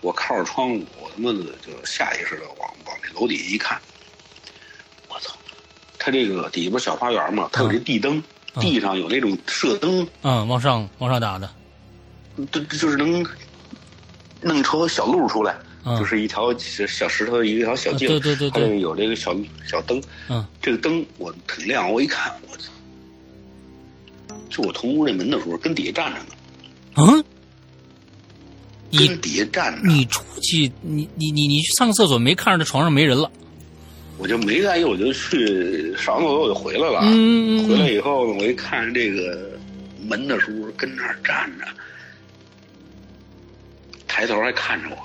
[SPEAKER 3] 我靠着窗户，我他妈的就下意识的往往那楼底下一看，我操！它这个底下不是小花园嘛，它有这地灯，
[SPEAKER 2] 嗯
[SPEAKER 3] 地上有那种射灯，
[SPEAKER 2] 哦啊，往上往上打的，
[SPEAKER 3] 就就是能弄出小路出来，
[SPEAKER 2] 嗯
[SPEAKER 3] 就是一条小小石头，一条小
[SPEAKER 2] 啊
[SPEAKER 3] 径，
[SPEAKER 2] 对对对
[SPEAKER 3] 它
[SPEAKER 2] 对
[SPEAKER 3] 这有这个小小灯，
[SPEAKER 2] 嗯
[SPEAKER 3] 这个灯我挺亮，我一看，我操！就我同屋这门的时候，跟底下站着呢，
[SPEAKER 2] 嗯，你
[SPEAKER 3] 跟底下站着，
[SPEAKER 2] 你出去，你你你你去上个厕所，没看着这床上没人了，
[SPEAKER 3] 我就没在意，我就去上完厕所我就回来了。
[SPEAKER 2] 嗯
[SPEAKER 3] 啊回来
[SPEAKER 2] 嗯
[SPEAKER 3] 以后呢，我一看这个门的时候，跟那儿站着，抬头还看着我，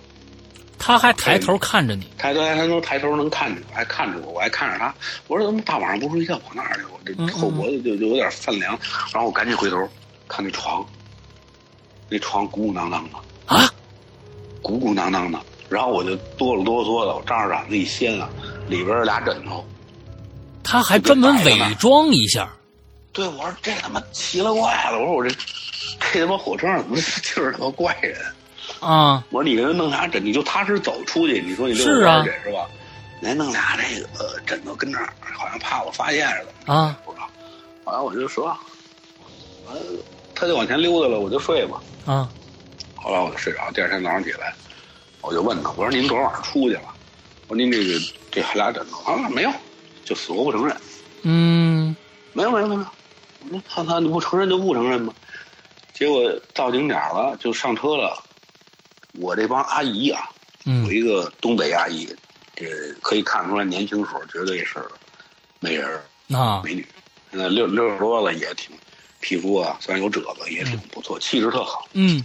[SPEAKER 2] 他还抬头看着你，
[SPEAKER 3] 抬头还能抬头能看见，还看着我，我还看着他。我说怎么大晚上不睡觉跑那儿去？我
[SPEAKER 2] 嗯嗯
[SPEAKER 3] 这后脖子就就有点泛凉。然后我赶紧回头看那床，那床鼓鼓囊囊的
[SPEAKER 2] 啊，
[SPEAKER 3] 鼓鼓囊囊的。然后我就哆了哆嗦的，我张着胆子一掀啊，里边有俩枕头。
[SPEAKER 2] 他还专门伪装一下，
[SPEAKER 3] 对，我说这他妈奇了怪了，我说我这这他妈火车上怎么 就是他妈怪人？
[SPEAKER 2] 啊
[SPEAKER 3] 我说你给他弄俩枕，你就踏实走出去，你说你遛
[SPEAKER 2] 是啊
[SPEAKER 3] 弯儿去是吧？你还弄俩那个呃枕头跟那儿，好像怕我发现似的。
[SPEAKER 2] 啊
[SPEAKER 3] 不知道。后来我就说，完了他就往前溜达了，我就睡吧。
[SPEAKER 2] 啊
[SPEAKER 3] 后来我就睡着，第二天早上起来，我就问他，我说您昨儿晚上出去了？我说您这个这还俩枕头？他说没有，就死活不承认，
[SPEAKER 2] 嗯
[SPEAKER 3] 没有没有没有，那他他你不承认就不承认嘛。结果到景点了，就上车了。我这帮阿姨啊，有
[SPEAKER 2] 嗯
[SPEAKER 3] 一个东北阿姨，这可以看出来年轻时候绝对是美人儿
[SPEAKER 2] 啊
[SPEAKER 3] 美女，现在六六十多了也挺皮肤啊，虽然有褶子也挺不错，气质特好。
[SPEAKER 2] 嗯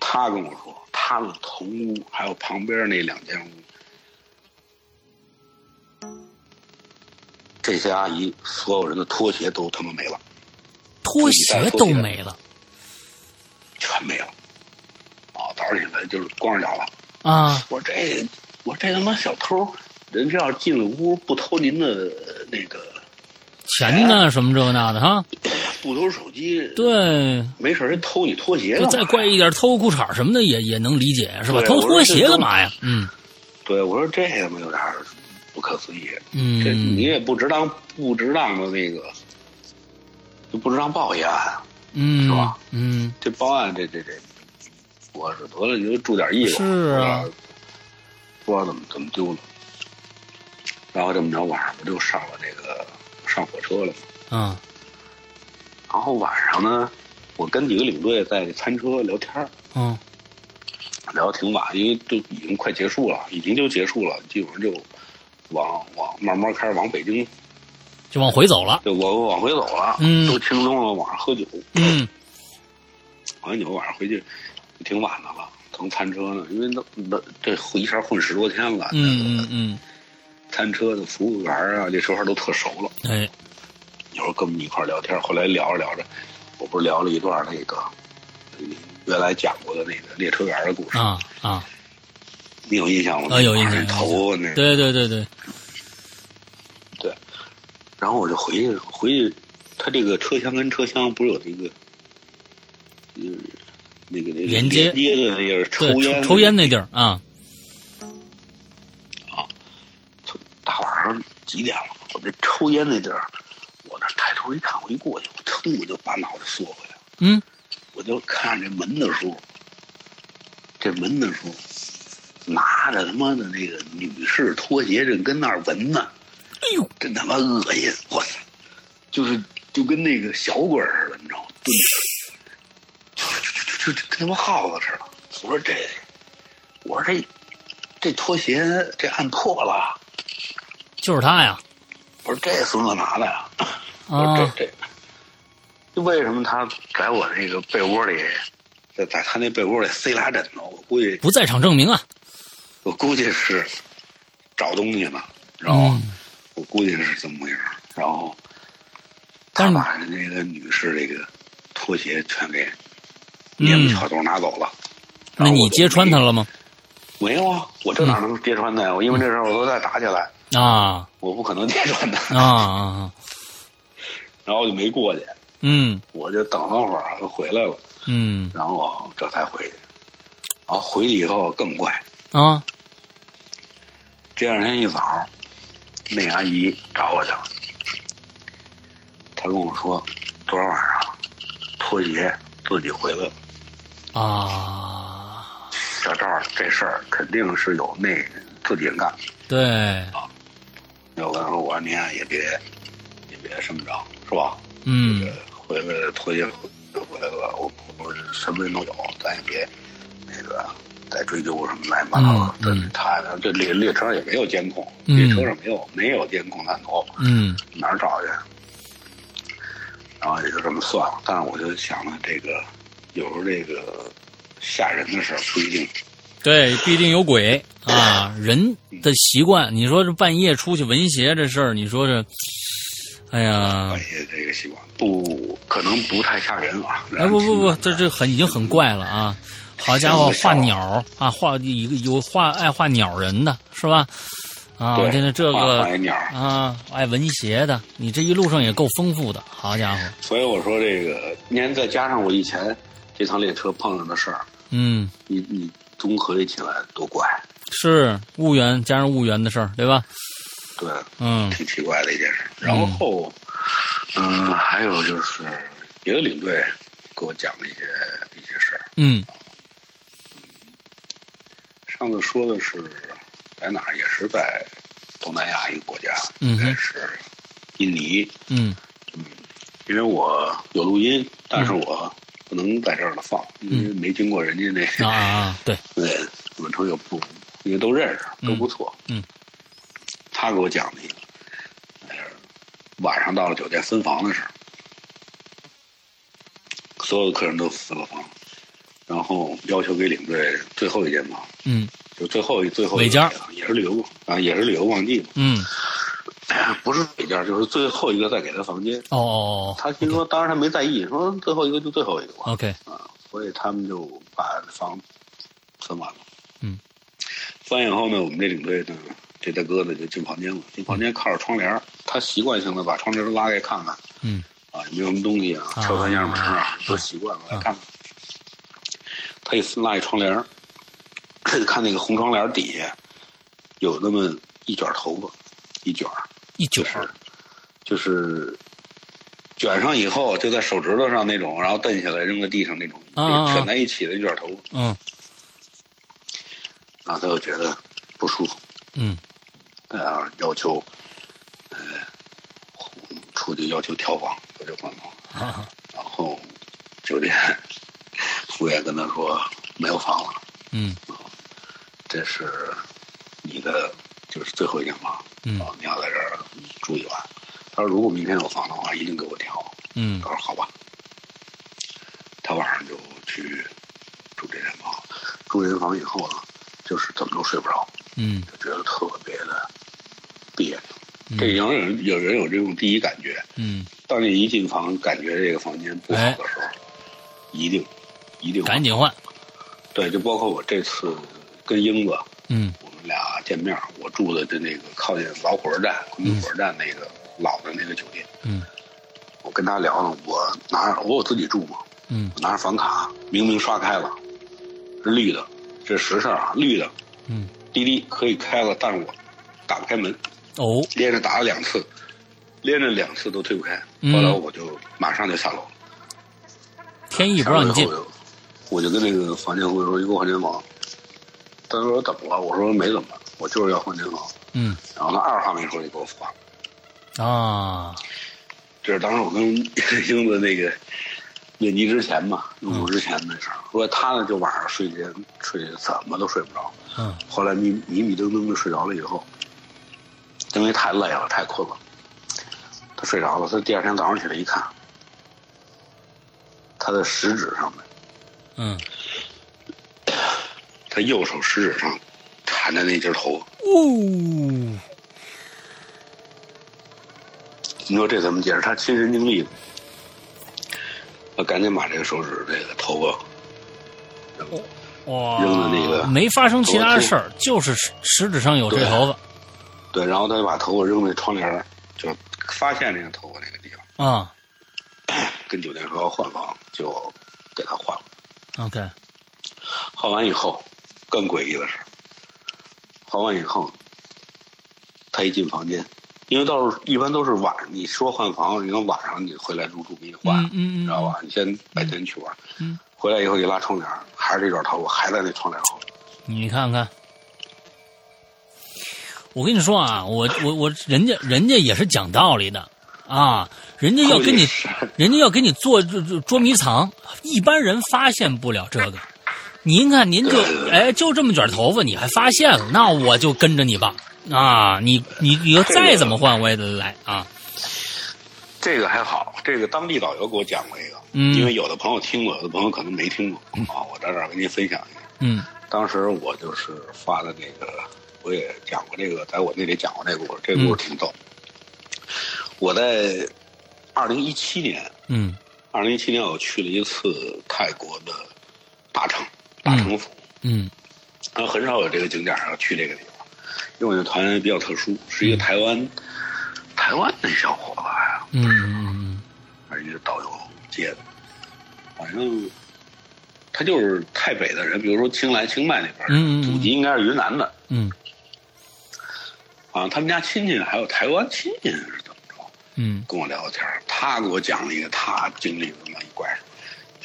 [SPEAKER 3] 她跟我说，他们同屋还有旁边那两间屋，这些阿姨所有人的拖鞋都他妈没了，
[SPEAKER 2] 拖鞋都没了
[SPEAKER 3] 全没了。啊，早上起来就是光着脚了。
[SPEAKER 2] 啊
[SPEAKER 3] 我这我这他妈小偷，人家要进了屋不偷您的呃那个，
[SPEAKER 2] 钱呢什么这个那的哈，
[SPEAKER 3] 不偷手机，，
[SPEAKER 2] 对，
[SPEAKER 3] 没事儿人偷你拖鞋
[SPEAKER 2] 就
[SPEAKER 3] 干嘛
[SPEAKER 2] 再
[SPEAKER 3] 呀
[SPEAKER 2] 怪一点，偷个裤衩什么的也也能理解是吧？
[SPEAKER 3] 对
[SPEAKER 2] 偷
[SPEAKER 3] 我说
[SPEAKER 2] 拖
[SPEAKER 3] 这
[SPEAKER 2] 鞋
[SPEAKER 3] 都
[SPEAKER 2] 干嘛呀？嗯
[SPEAKER 3] 对，我说这他妈有点儿不可思议，这你
[SPEAKER 2] 嗯
[SPEAKER 3] 也不值当不值当的那个，就不值当报一案。
[SPEAKER 2] 嗯
[SPEAKER 3] 是吧
[SPEAKER 2] 嗯
[SPEAKER 3] 这报案这这这，我是得了，你就注点意吧。
[SPEAKER 2] 是啊
[SPEAKER 3] 我说，不知道怎么怎么丢了。然后这么着，晚上不就上了那个上火车了吗？
[SPEAKER 2] 啊
[SPEAKER 3] 然后晚上呢，我跟几个领队在餐车聊天儿，
[SPEAKER 2] 嗯
[SPEAKER 3] 聊挺晚，因为都已经快结束了，已经就结束了，基本上就往往慢慢开始往北京
[SPEAKER 2] 就往回走了，
[SPEAKER 3] 就我往回走了，
[SPEAKER 2] 嗯
[SPEAKER 3] 都轻松了，晚上喝酒，
[SPEAKER 2] 嗯
[SPEAKER 3] 喝完酒晚上回去挺晚的了，从餐车呢，因为那那这一下混十多天了，
[SPEAKER 2] 嗯嗯嗯，
[SPEAKER 3] 餐车的服务员啊，这时候都特熟了，
[SPEAKER 2] 哎
[SPEAKER 3] 有时候跟我们一块儿聊天，后来聊着聊着，我不是聊了一段那个你原来讲过的那个列车员的故事，
[SPEAKER 2] 啊啊，
[SPEAKER 3] 你有印象吗？
[SPEAKER 2] 啊有印象
[SPEAKER 3] 那头发那个
[SPEAKER 2] 对对对对，
[SPEAKER 3] 对，然后我就回去回去，他这个车厢跟车厢不是有这个，嗯，那个那个
[SPEAKER 2] 连接
[SPEAKER 3] 连接的那个抽
[SPEAKER 2] 对
[SPEAKER 3] 烟
[SPEAKER 2] 抽抽烟那地儿啊，
[SPEAKER 3] 大晚上几点了？我这抽烟那地儿，我这抬头一看，我一过去，我噌我就把脑袋缩回来，
[SPEAKER 2] 嗯
[SPEAKER 3] 我就看这门的时候，这门的时候，拿着他妈的那个女士拖鞋正跟那儿闻呢，
[SPEAKER 2] 哎呦，
[SPEAKER 3] 真他妈恶心！我操，就是就跟那个小鬼儿似的，你知道吗？蹲着，就就就就跟他妈耗子似的。我说这，我说这，这拖鞋这按破了，
[SPEAKER 2] 就是他呀
[SPEAKER 3] 我说这孙子拿的呀？我说
[SPEAKER 2] 啊
[SPEAKER 3] 这这，就为什么他在我那个被窝里，在在他那被窝里塞俩枕头？我估计
[SPEAKER 2] 不在场证明啊，
[SPEAKER 3] 我估计是找东西呢，然后、
[SPEAKER 2] 嗯
[SPEAKER 3] 我估计是这么回事儿。然后
[SPEAKER 2] 但是
[SPEAKER 3] 他把那个女士这个拖鞋全给连
[SPEAKER 2] 嗯
[SPEAKER 3] 不，巧都拿走了。
[SPEAKER 2] 那你揭穿他了吗？
[SPEAKER 3] 没有啊，我这哪
[SPEAKER 2] 嗯
[SPEAKER 3] 能揭穿他呀？我因为这事儿我都在打起来，
[SPEAKER 2] 啊
[SPEAKER 3] 我不可能 揭穿
[SPEAKER 2] 啊
[SPEAKER 3] 他。
[SPEAKER 2] 啊，啊
[SPEAKER 3] 然后我就没过去，
[SPEAKER 2] 嗯
[SPEAKER 3] 我就等了会儿，他回来了。
[SPEAKER 2] 嗯
[SPEAKER 3] 然后这才回去。然后回去以后更怪，
[SPEAKER 2] 啊
[SPEAKER 3] 第二天一早，那阿姨找我去了，她跟我说，昨天晚上拖鞋自己回来了。
[SPEAKER 2] 啊，
[SPEAKER 3] 小赵，这事儿肯定是有那自己人干。
[SPEAKER 2] 对，
[SPEAKER 3] 要不然我说您啊也别也别这么着，是吧？
[SPEAKER 2] 嗯
[SPEAKER 3] 回来拖鞋回来了，我我什么人都有，咱也别那个再追究什么乱七八糟的。
[SPEAKER 2] 嗯嗯
[SPEAKER 3] 他这列列车也没有监控，
[SPEAKER 2] 嗯
[SPEAKER 3] 列车上没有没有监控探头，
[SPEAKER 2] 嗯
[SPEAKER 3] 哪儿找去？然后也就这么算了。但是我就想了，这个有时候这个吓人的事儿不一定。
[SPEAKER 2] 对，必定有鬼啊！人的习惯，你说这半夜出去闻鞋这事儿，你说这，哎呀
[SPEAKER 3] 半，夜这个习惯不可能不太吓人啊！
[SPEAKER 2] 哎不不不，这这很已经很怪了啊！好家伙，画鸟啊，画一个有画爱画鸟人的是吧？啊，
[SPEAKER 3] 对
[SPEAKER 2] 现在这
[SPEAKER 3] 画画
[SPEAKER 2] 个
[SPEAKER 3] 一鸟，
[SPEAKER 2] 啊，爱闻鞋的，你这一路上也够丰富的，好家伙，
[SPEAKER 3] 所以我说这个，您再加上我以前这趟列车碰上的事儿，
[SPEAKER 2] 嗯，
[SPEAKER 3] 你你综合一起来多怪，
[SPEAKER 2] 是务员加上务员的事儿，对吧？
[SPEAKER 3] 对，
[SPEAKER 2] 嗯
[SPEAKER 3] 挺奇怪的一件事。然后，嗯、还有就是别的领队给我讲了一些一些事儿。
[SPEAKER 2] 嗯
[SPEAKER 3] 上次说的是在哪儿，也是在东南亚一个国家，
[SPEAKER 2] 嗯哼
[SPEAKER 3] 应该是印尼，
[SPEAKER 2] 嗯
[SPEAKER 3] 嗯，因为我有录音，但是
[SPEAKER 2] 嗯
[SPEAKER 3] 我不能在这儿了放，因为没经过人家那
[SPEAKER 2] 啊啊，对，
[SPEAKER 3] 对，我们朋友不，因为都认识，都不错。
[SPEAKER 2] 嗯嗯
[SPEAKER 3] 他给我讲的一个，哎呀晚上到了酒店分房的事儿，所有的客人都分了房，然后要求给领队最后一间房，
[SPEAKER 2] 嗯
[SPEAKER 3] 就最后一最后一
[SPEAKER 2] 尾间儿
[SPEAKER 3] 也是旅游啊，也是旅游旺季嘛，
[SPEAKER 2] 嗯，
[SPEAKER 3] 哎呀 不是尾间儿，就是最后一个再给他房间。
[SPEAKER 2] 哦哦
[SPEAKER 3] 他听说，当然他没在意，说最后一个就最后一个吧
[SPEAKER 2] 哦。，OK，
[SPEAKER 3] 啊所以他们就把房分完了。
[SPEAKER 2] 嗯，
[SPEAKER 3] 分完以后呢，我们这领队呢，这大哥呢就进房间了。进房间靠着窗帘儿，他习惯性的把窗帘儿都拉开看看
[SPEAKER 2] 嗯
[SPEAKER 3] 啊，有没有什么东西啊，
[SPEAKER 2] 啊
[SPEAKER 3] 敲三下门儿啊，都习惯了来看看。他一撕拉一窗帘儿，看那个红窗帘儿底下有那么一卷头发，一卷儿
[SPEAKER 2] 一九
[SPEAKER 3] 就，是就是卷上以后就在手指头上那种，然后蹬起来扔在地上那种，
[SPEAKER 2] 啊啊啊
[SPEAKER 3] 卷在一起的一卷头发。
[SPEAKER 2] 嗯
[SPEAKER 3] 然后他又觉得不舒服，
[SPEAKER 2] 嗯
[SPEAKER 3] 呃，要求呃出去要求调房，要求换房，
[SPEAKER 2] 啊
[SPEAKER 3] 然后酒店服务员跟他说没有房了，
[SPEAKER 2] 嗯
[SPEAKER 3] 这是你的就是最后一间房，
[SPEAKER 2] 嗯
[SPEAKER 3] 啊，你要在这儿住一晚。他说如果明天有房的话，一定给我调。
[SPEAKER 2] 嗯
[SPEAKER 3] 他说好吧，他晚上就去住这间房，住这间房以后呢，就是怎么都睡不着。
[SPEAKER 2] 嗯
[SPEAKER 3] 就觉得特别的别
[SPEAKER 2] 嗯
[SPEAKER 3] 扭。这有人有人有这种第一感觉，
[SPEAKER 2] 嗯，
[SPEAKER 3] 当你一进房感觉这个房间不好的时候，一定一定
[SPEAKER 2] 哎赶紧换，
[SPEAKER 3] 对，就包括我这次跟英子
[SPEAKER 2] 嗯
[SPEAKER 3] 我们俩见面，我住的的那个靠近老火车站、昆明火车站那个老的那个酒店，
[SPEAKER 2] 嗯
[SPEAKER 3] 我跟他聊呢，我拿着我有自己住嘛，
[SPEAKER 2] 嗯
[SPEAKER 3] 我拿着房卡，明明刷开了，是绿的，这实事儿啊，绿的
[SPEAKER 2] 嗯，
[SPEAKER 3] 滴滴可以开了，但是我打不开门。
[SPEAKER 2] 哦，
[SPEAKER 3] 连着打了两次，连着两次都推不开。
[SPEAKER 2] 嗯
[SPEAKER 3] 后来我就马上就下楼，
[SPEAKER 2] 天意不让你进
[SPEAKER 3] 下楼以后我就我就跟那个房间服务员说：“你给我换间房。”他说：“怎么了？”我说：“没怎么，我就是要换间房。
[SPEAKER 2] 嗯”
[SPEAKER 3] 然后他二话没说就给我换了。
[SPEAKER 2] 啊，
[SPEAKER 3] 这是当时我跟 英子那个练级之前嘛，入伍之前的事儿。说他呢就晚上睡前睡怎么都睡不着，
[SPEAKER 2] 嗯
[SPEAKER 3] 后来迷迷迷瞪瞪的睡着了以后，因为太累了，太困了，他睡着了。他第二天早上起来一看，他的食指上面，
[SPEAKER 2] 嗯，
[SPEAKER 3] 他右手食指上缠着那截头发，
[SPEAKER 2] 哦，
[SPEAKER 3] 你说这怎么解释？他亲身经历的，他赶紧把这个手指这个头发
[SPEAKER 2] 哇，
[SPEAKER 3] 扔的那个
[SPEAKER 2] 没发生其他的事儿，就是食指上有这
[SPEAKER 3] 对
[SPEAKER 2] 头发。
[SPEAKER 3] 对，然后他就把头发扔在窗帘儿，就发现这个头发那个地方，
[SPEAKER 2] 啊
[SPEAKER 3] 跟酒店说要换房，就给他换了。
[SPEAKER 2] ，OK，
[SPEAKER 3] 换完以后，更诡异的是，换完以后，他一进房间，因为到时候一般都是晚，上，你说换房，你看晚上你回来入住给你换，
[SPEAKER 2] 嗯嗯嗯
[SPEAKER 3] 知道吧？你先白天去玩，
[SPEAKER 2] 嗯
[SPEAKER 3] 回来以后一拉窗帘，还是这卷头发，还在那窗帘后。
[SPEAKER 2] 你看看，我跟你说啊，我我我，人家人家也是讲道理的啊，人家要跟你
[SPEAKER 3] 也是，
[SPEAKER 2] 人家要给你做做做捉迷藏，一般人发现不了这个。您看，您就
[SPEAKER 3] 对
[SPEAKER 2] 哎，就这么卷头发，你还发现了，那我就跟着你吧。啊，你你你再怎么换我也得来啊。
[SPEAKER 3] 这个还好，这个当地导游给我讲过一个，
[SPEAKER 2] 嗯
[SPEAKER 3] 因为有的朋友听过，有的朋友可能没听过、啊，我在这儿跟您分享一下。
[SPEAKER 2] 嗯
[SPEAKER 3] 当时我就是发的那个，我也讲过这个，在我那里讲过这个故事，这个故
[SPEAKER 2] 嗯
[SPEAKER 3] 事挺逗。我在二零一七年，
[SPEAKER 2] 嗯
[SPEAKER 3] 二零一七年我去了一次泰国的大城，大城府，
[SPEAKER 2] 嗯
[SPEAKER 3] 然后很少有这个景点儿要去这个地方，因为我那团员比较特殊，是一个台湾、台湾的小伙子呀，
[SPEAKER 2] 嗯嗯
[SPEAKER 3] 还是一个导游接的，反正。他就是泰北的人，比如说清莱、清迈那边儿的，
[SPEAKER 2] 嗯嗯嗯
[SPEAKER 3] 祖籍应该是云南的。
[SPEAKER 2] 嗯
[SPEAKER 3] 啊，他们家亲戚还有台湾亲戚是怎么着？
[SPEAKER 2] 嗯
[SPEAKER 3] 跟我聊天儿，他给我讲了一个他经历的那么一怪事儿，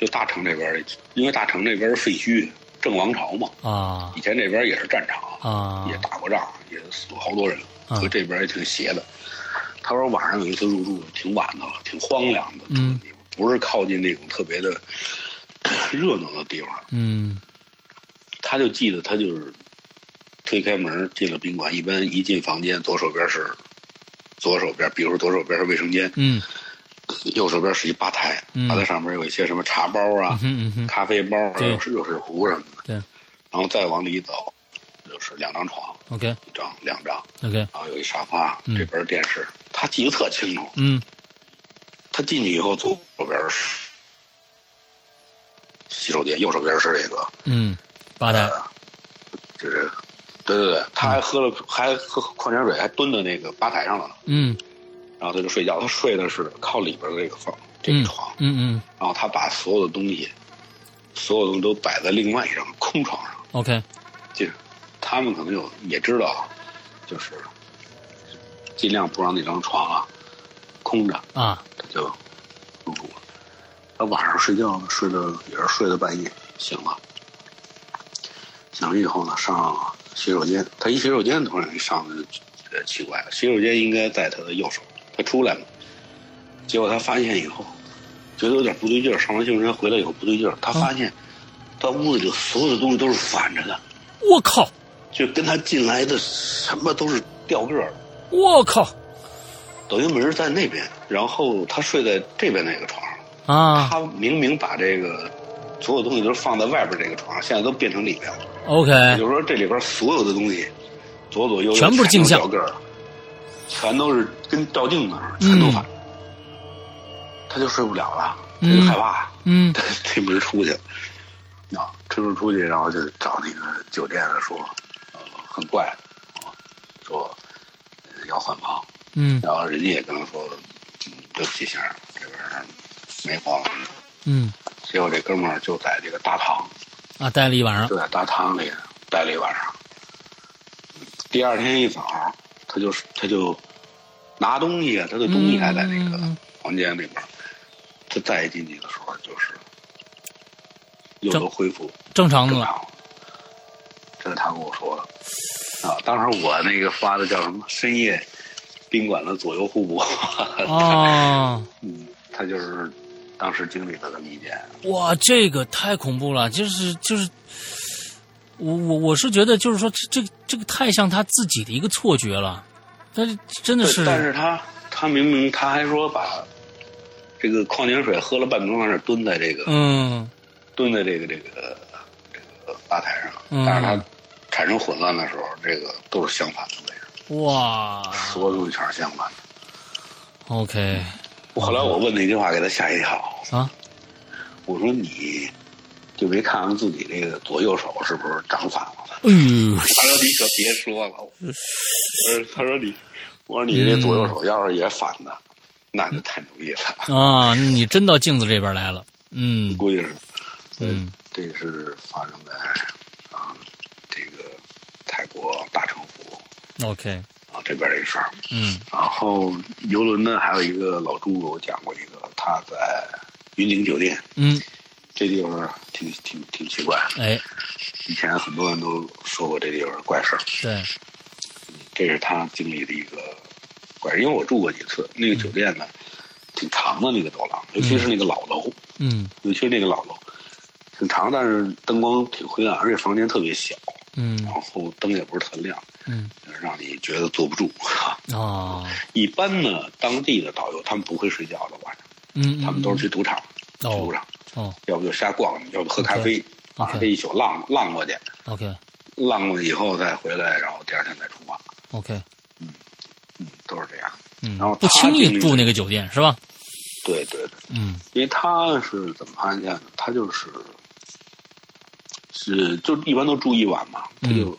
[SPEAKER 3] 就大城这边儿的，因为大城这边儿废墟，郑王朝嘛，
[SPEAKER 2] 啊
[SPEAKER 3] 以前这边儿也是战场，
[SPEAKER 2] 啊
[SPEAKER 3] 也打过仗，也死过好多人，
[SPEAKER 2] 啊
[SPEAKER 3] 和这边儿也挺邪的。他说晚上有一次入住挺晚的了，挺荒凉的，
[SPEAKER 2] 嗯
[SPEAKER 3] 不是靠近那种特别的 热闹的地方。
[SPEAKER 2] 嗯
[SPEAKER 3] 他就记得他就是推开门进了宾馆，一般一进房间，左手边是左手边，比如说左手边是卫生间，
[SPEAKER 2] 嗯
[SPEAKER 3] 右手边是一吧台，
[SPEAKER 2] 嗯
[SPEAKER 3] 吧台上面有一些什么茶包
[SPEAKER 2] 嗯
[SPEAKER 3] 啊、
[SPEAKER 2] 哼嗯哼，
[SPEAKER 3] 咖啡包啊、
[SPEAKER 2] 对
[SPEAKER 3] 热水热水壶什么的。
[SPEAKER 2] 对
[SPEAKER 3] 然后再往里走，就是两张床，
[SPEAKER 2] ，OK
[SPEAKER 3] 一张两张，
[SPEAKER 2] OK，
[SPEAKER 3] 然后有一沙发，
[SPEAKER 2] 嗯
[SPEAKER 3] 这边电视，他记得特清楚。
[SPEAKER 2] 嗯
[SPEAKER 3] 他进去以后，左手边是洗手间，右手边是这个
[SPEAKER 2] 嗯，吧台，
[SPEAKER 3] 就是，对对对，他还喝了、还喝矿泉水，还蹲在那个吧台上了呢，
[SPEAKER 2] 嗯
[SPEAKER 3] 然后他就睡觉，他睡的是靠里边的这个房这个
[SPEAKER 2] 嗯
[SPEAKER 3] 床，
[SPEAKER 2] 嗯嗯
[SPEAKER 3] 然后他把所有的东西，所有东西都摆在另外一张空床上，
[SPEAKER 2] ，OK，
[SPEAKER 3] 就是他们可能有也知道，就是尽量不让那张床啊空着，
[SPEAKER 2] 啊
[SPEAKER 3] 他就入住了。他晚上睡觉呢，睡的也是睡到半夜，醒了。醒了以后呢，上洗手间。他一洗手间，突然一上来就呃奇怪了，洗手间应该在他的右手。他出来了，结果他发现以后，觉得有点不对劲儿。上完洗手间回来以后不对劲儿，他发现他屋子里所有的东西都是反着的，
[SPEAKER 2] 我靠，
[SPEAKER 3] 就跟他进来的什么都是掉个儿的。
[SPEAKER 2] 我靠
[SPEAKER 3] 等于门在那边，然后他睡在这边那个床上。
[SPEAKER 2] 啊
[SPEAKER 3] 他明明把这个所有东西都放在外边这个床上，现在都变成里边了。
[SPEAKER 2] ，OK，
[SPEAKER 3] 也就是说，这里边所有的东西，左左右右
[SPEAKER 2] 哎全部是镜像
[SPEAKER 3] 全都是吊个儿全都是跟照镜子似的，全都反。他就睡不了了，他
[SPEAKER 2] 嗯
[SPEAKER 3] 就害怕，
[SPEAKER 2] 嗯
[SPEAKER 3] 他推门出去，啊，推门出去，然后就找那个酒店的说，呃，很怪，啊，说呃要换房。
[SPEAKER 2] 嗯
[SPEAKER 3] 然后人家也跟他说，嗯，对不起先生，这边儿没房。
[SPEAKER 2] 嗯
[SPEAKER 3] 结果这哥们儿就在这个大堂，
[SPEAKER 2] 啊，待了一晚上
[SPEAKER 3] 就在大堂里待了一晚上。第二天一早，他就他就拿东西啊，他的东西还在那个
[SPEAKER 2] 嗯
[SPEAKER 3] 房间里边儿。他再一进去的时候，就是又
[SPEAKER 2] 正
[SPEAKER 3] 都恢复
[SPEAKER 2] 正常的
[SPEAKER 3] 正
[SPEAKER 2] 了，
[SPEAKER 3] 常了。这是他跟我说的啊，当时我那个发的叫什么“深夜宾馆的左右互搏”，
[SPEAKER 2] 哦。
[SPEAKER 3] 嗯，他就是当时经历了这么一件，
[SPEAKER 2] 哇，这个太恐怖了！就是就是，我我我是觉得，就是说，这这这个太像他自己的一个错觉了。但是真的
[SPEAKER 3] 对
[SPEAKER 2] 是，
[SPEAKER 3] 但是他他明明他还说把这个矿泉水喝了半瓶，往那儿蹲在这个、
[SPEAKER 2] 嗯
[SPEAKER 3] 蹲在这个这个这个吧台上，
[SPEAKER 2] 嗯
[SPEAKER 3] 但是他产生混乱的时候，这个都是相反的位置，
[SPEAKER 2] 哇
[SPEAKER 3] 所有东西全是相反的。
[SPEAKER 2] ，OK
[SPEAKER 3] 我后来我问那句话给他吓一跳，
[SPEAKER 2] 啊，
[SPEAKER 3] 我说你就没看看自己这个左右手是不是长反了？
[SPEAKER 2] 哎呦，
[SPEAKER 3] 他说你可别说了， 我说他说你，我说你这左右手要是也反的，那就太牛逼了，
[SPEAKER 2] 啊，你真到镜子这边来了，嗯
[SPEAKER 3] 估计是，
[SPEAKER 2] 嗯，
[SPEAKER 3] 这个是发生在啊这个泰国大城府
[SPEAKER 2] ，OK，
[SPEAKER 3] 啊这边的一事儿，
[SPEAKER 2] 嗯
[SPEAKER 3] 然后游轮呢还有一个老朱给我讲过一个，他在云顶酒店。
[SPEAKER 2] 嗯，
[SPEAKER 3] 这地方挺挺挺奇怪，
[SPEAKER 2] 哎，
[SPEAKER 3] 以前很多人都说过这地方怪事儿，
[SPEAKER 2] 对，
[SPEAKER 3] 这是他经历的一个怪事，因为我住过几次，那个酒店呢，挺长的那个走廊，尤其是那个老楼，
[SPEAKER 2] 嗯
[SPEAKER 3] 尤其是那个老楼，挺长，但是灯光挺昏暗，而且房间特别小，
[SPEAKER 2] 嗯
[SPEAKER 3] 然后灯也不是特亮，
[SPEAKER 2] 嗯
[SPEAKER 3] 让你觉得坐不住。
[SPEAKER 2] 啊，
[SPEAKER 3] 一般呢，当地的导游他们不会睡觉的晚上，
[SPEAKER 2] 嗯，
[SPEAKER 3] 他们都是去赌场，去赌
[SPEAKER 2] 哦
[SPEAKER 3] 场，
[SPEAKER 2] 哦
[SPEAKER 3] 要不就瞎逛，要不喝咖啡，啊，这一宿浪浪过去，
[SPEAKER 2] ，OK
[SPEAKER 3] 浪过去以后再回来，然后第二天再出发，
[SPEAKER 2] OK，
[SPEAKER 3] 嗯，都是这样。
[SPEAKER 2] 嗯，
[SPEAKER 3] 然后
[SPEAKER 2] 不
[SPEAKER 3] 他
[SPEAKER 2] 轻
[SPEAKER 3] 经
[SPEAKER 2] 易
[SPEAKER 3] 历
[SPEAKER 2] 住
[SPEAKER 3] 的
[SPEAKER 2] 那个酒店是吧？
[SPEAKER 3] 对对对。
[SPEAKER 2] 嗯
[SPEAKER 3] 因为他是怎么发现的？他就是是就一般都住一晚嘛，他就、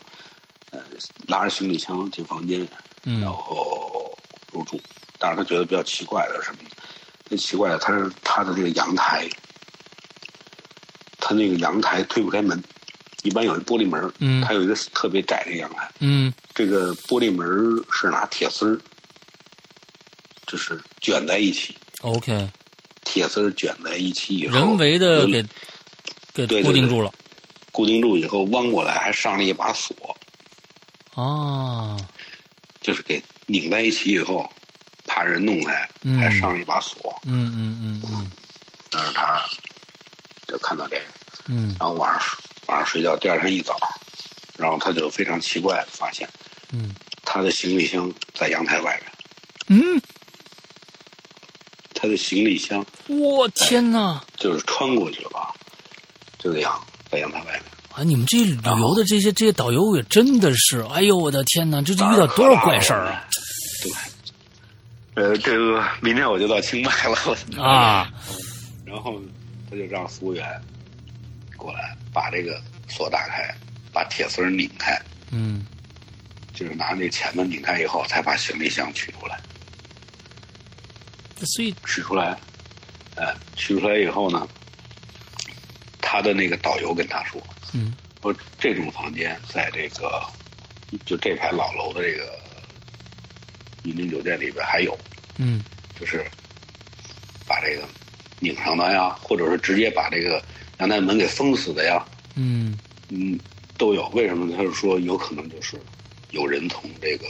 [SPEAKER 3] 呃拿着行李箱进房间，
[SPEAKER 2] 嗯
[SPEAKER 3] 然后入住。但是他觉得比较奇怪的是什么呢？最奇怪的他是他的这个阳台，他那个阳台推不开门，一般有一玻璃门，
[SPEAKER 2] 嗯
[SPEAKER 3] 他有一个特别窄的阳台，
[SPEAKER 2] 嗯
[SPEAKER 3] 这个玻璃门是拿铁丝儿，就是卷在一起。
[SPEAKER 2] ，OK。
[SPEAKER 3] 铁丝儿卷在一起以后，
[SPEAKER 2] 人为的
[SPEAKER 3] 有
[SPEAKER 2] 给给
[SPEAKER 3] 对
[SPEAKER 2] 固
[SPEAKER 3] 对
[SPEAKER 2] 定
[SPEAKER 3] 对
[SPEAKER 2] 住了
[SPEAKER 3] 固定住以后，弯过来还上了一把锁，
[SPEAKER 2] 啊
[SPEAKER 3] 就是给拧在一起以后，啪把人弄开，
[SPEAKER 2] 嗯
[SPEAKER 3] 还上一把锁，
[SPEAKER 2] 嗯嗯嗯嗯
[SPEAKER 3] 但是他就看到这个，
[SPEAKER 2] 嗯
[SPEAKER 3] 然后晚上晚上睡觉，第二天一早，然后他就非常奇怪的发现，
[SPEAKER 2] 嗯
[SPEAKER 3] 他的行李箱在阳台外面，
[SPEAKER 2] 嗯，
[SPEAKER 3] 他的行李箱
[SPEAKER 2] 我天哪！
[SPEAKER 3] 就是穿过去了吧，就这样在阳台外面。
[SPEAKER 2] 啊，你们这旅游的这些这些导游也真的是，哎呦我的天哪，这这遇到多少怪事儿啊！
[SPEAKER 3] 对，呃，这个明天我就到清迈了。我
[SPEAKER 2] 啊，
[SPEAKER 3] 然后他就让服务员过来把这个锁打开，把铁丝儿拧开，
[SPEAKER 2] 嗯
[SPEAKER 3] 就是拿那钳子拧开以后，才把行李箱取出来。
[SPEAKER 2] 所以
[SPEAKER 3] 取出来，呃，取出来以后呢，他的那个导游跟他说，
[SPEAKER 2] 嗯
[SPEAKER 3] 说这种房间在这个就这排老楼的这个一零酒店里边还有，
[SPEAKER 2] 嗯
[SPEAKER 3] 就是把这个拧上的呀，或者是直接把这个阳台门给封死的呀，
[SPEAKER 2] 嗯
[SPEAKER 3] 嗯，都有。为什么呢？他就说有可能就是有人从这个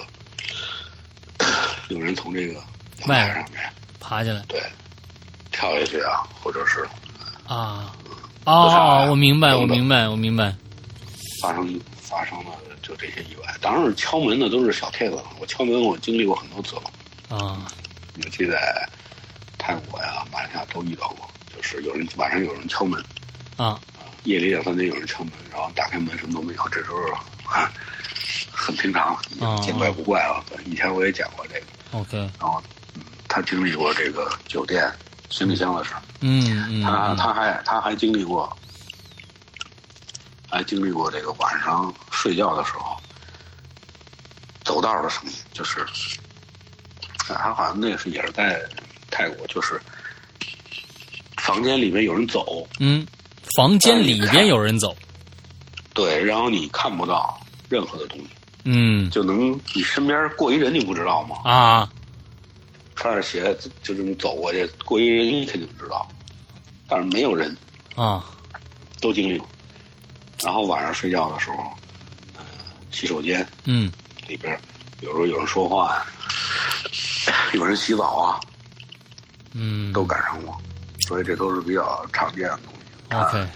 [SPEAKER 3] 有人从这个阳
[SPEAKER 2] 外
[SPEAKER 3] 台
[SPEAKER 2] 边
[SPEAKER 3] 上面
[SPEAKER 2] 爬起来
[SPEAKER 3] 对跳下去啊，或者是
[SPEAKER 2] 啊啊！我明白，我
[SPEAKER 3] 等等
[SPEAKER 2] 明白，我明白。
[SPEAKER 3] 发生发生了就这些意外。当然，敲门的都是小 case 了。我敲门我经历过很多次了，
[SPEAKER 2] 啊，
[SPEAKER 3] 尤其在泰国呀、马来西亚都遇到过，就是有人晚上有人敲门，
[SPEAKER 2] 啊，
[SPEAKER 3] 夜里两三点有人敲门，然后打开门什么都没有，这都是啊很平常，
[SPEAKER 2] 哦
[SPEAKER 3] 见怪不怪啊。以前我也讲过这个，
[SPEAKER 2] OK，
[SPEAKER 3] 然后、嗯、他经历过这个酒店行李箱的事儿。
[SPEAKER 2] 嗯嗯
[SPEAKER 3] 他
[SPEAKER 2] 嗯
[SPEAKER 3] 他还他还经历过，还经历过这个晚上睡觉的时候走道的声音，就是啊他好像那是也是在泰国，就是房间里面有人走，
[SPEAKER 2] 嗯，房间里边有人走，
[SPEAKER 3] 对，然后你看不到任何的东西，
[SPEAKER 2] 嗯
[SPEAKER 3] 就能你身边过一人你不知道吗？
[SPEAKER 2] 啊，
[SPEAKER 3] 穿着鞋就这么走过去，过一人你肯定知道，但是没有人，
[SPEAKER 2] 啊
[SPEAKER 3] 都经历过。然后晚上睡觉的时候，呃洗手间
[SPEAKER 2] 嗯
[SPEAKER 3] 里边有时候有人说话呀、有人洗澡啊，
[SPEAKER 2] 嗯
[SPEAKER 3] 都赶上过，所以这都是比较常见的东西。
[SPEAKER 2] OK。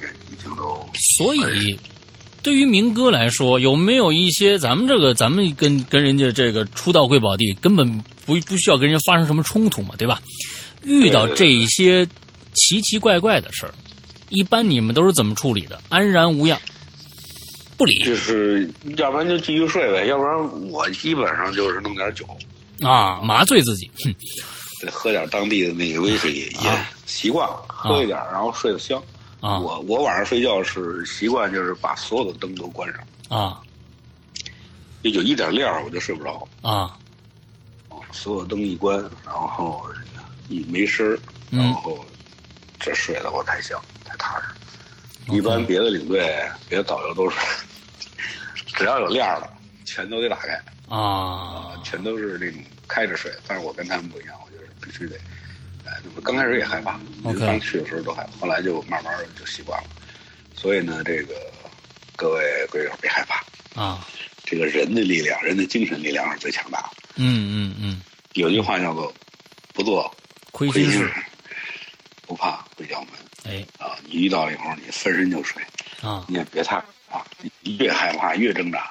[SPEAKER 3] 这个已经都
[SPEAKER 2] 所以，对于民歌来说，有没有一些咱们这个咱们跟跟人家这个出道贵宝地根本不不需要跟人家发生什么冲突嘛，对吧？遇到
[SPEAKER 3] 对对
[SPEAKER 2] 这些奇奇怪怪的事儿，一般你们都是怎么处理的？安然无恙，不理
[SPEAKER 3] 就是，要不然就继续睡呗，要不然我基本上就是弄点酒，
[SPEAKER 2] 啊，麻醉自己。哼
[SPEAKER 3] 喝点当地的那个威士忌，也习惯了，喝一点，然后睡得香。
[SPEAKER 2] 啊
[SPEAKER 3] 我我晚上睡觉是习惯，就是把所有的灯都关上，
[SPEAKER 2] 啊
[SPEAKER 3] 就有一点亮儿我就睡不着。
[SPEAKER 2] 啊
[SPEAKER 3] 所有灯一关，然后一没声儿，
[SPEAKER 2] 嗯
[SPEAKER 3] 然后这睡得我才香，才踏实。
[SPEAKER 2] OK
[SPEAKER 3] 一般别的领队、别的导游都是， 只要有亮儿了，全都得打开，
[SPEAKER 2] 啊！
[SPEAKER 3] 全都是那种开着睡。但是我跟他们不一样，我就是必须得。哎，我刚开始也害怕，
[SPEAKER 2] OK
[SPEAKER 3] 刚去的时候都害怕，后来就慢慢地就习惯了。所以呢，这个各位贵友别害怕，
[SPEAKER 2] 啊，
[SPEAKER 3] 这个人的力量，人的精神力量是最强大的。
[SPEAKER 2] 嗯嗯嗯，
[SPEAKER 3] 有句话叫做“不做
[SPEAKER 2] 亏
[SPEAKER 3] 亏
[SPEAKER 2] 心
[SPEAKER 3] 心
[SPEAKER 2] 事
[SPEAKER 3] 事，，不怕鬼叫门
[SPEAKER 2] 哎
[SPEAKER 3] 啊！你遇到以后，你翻身就睡，
[SPEAKER 2] 啊
[SPEAKER 3] 你也别怕啊！你越害怕越挣扎，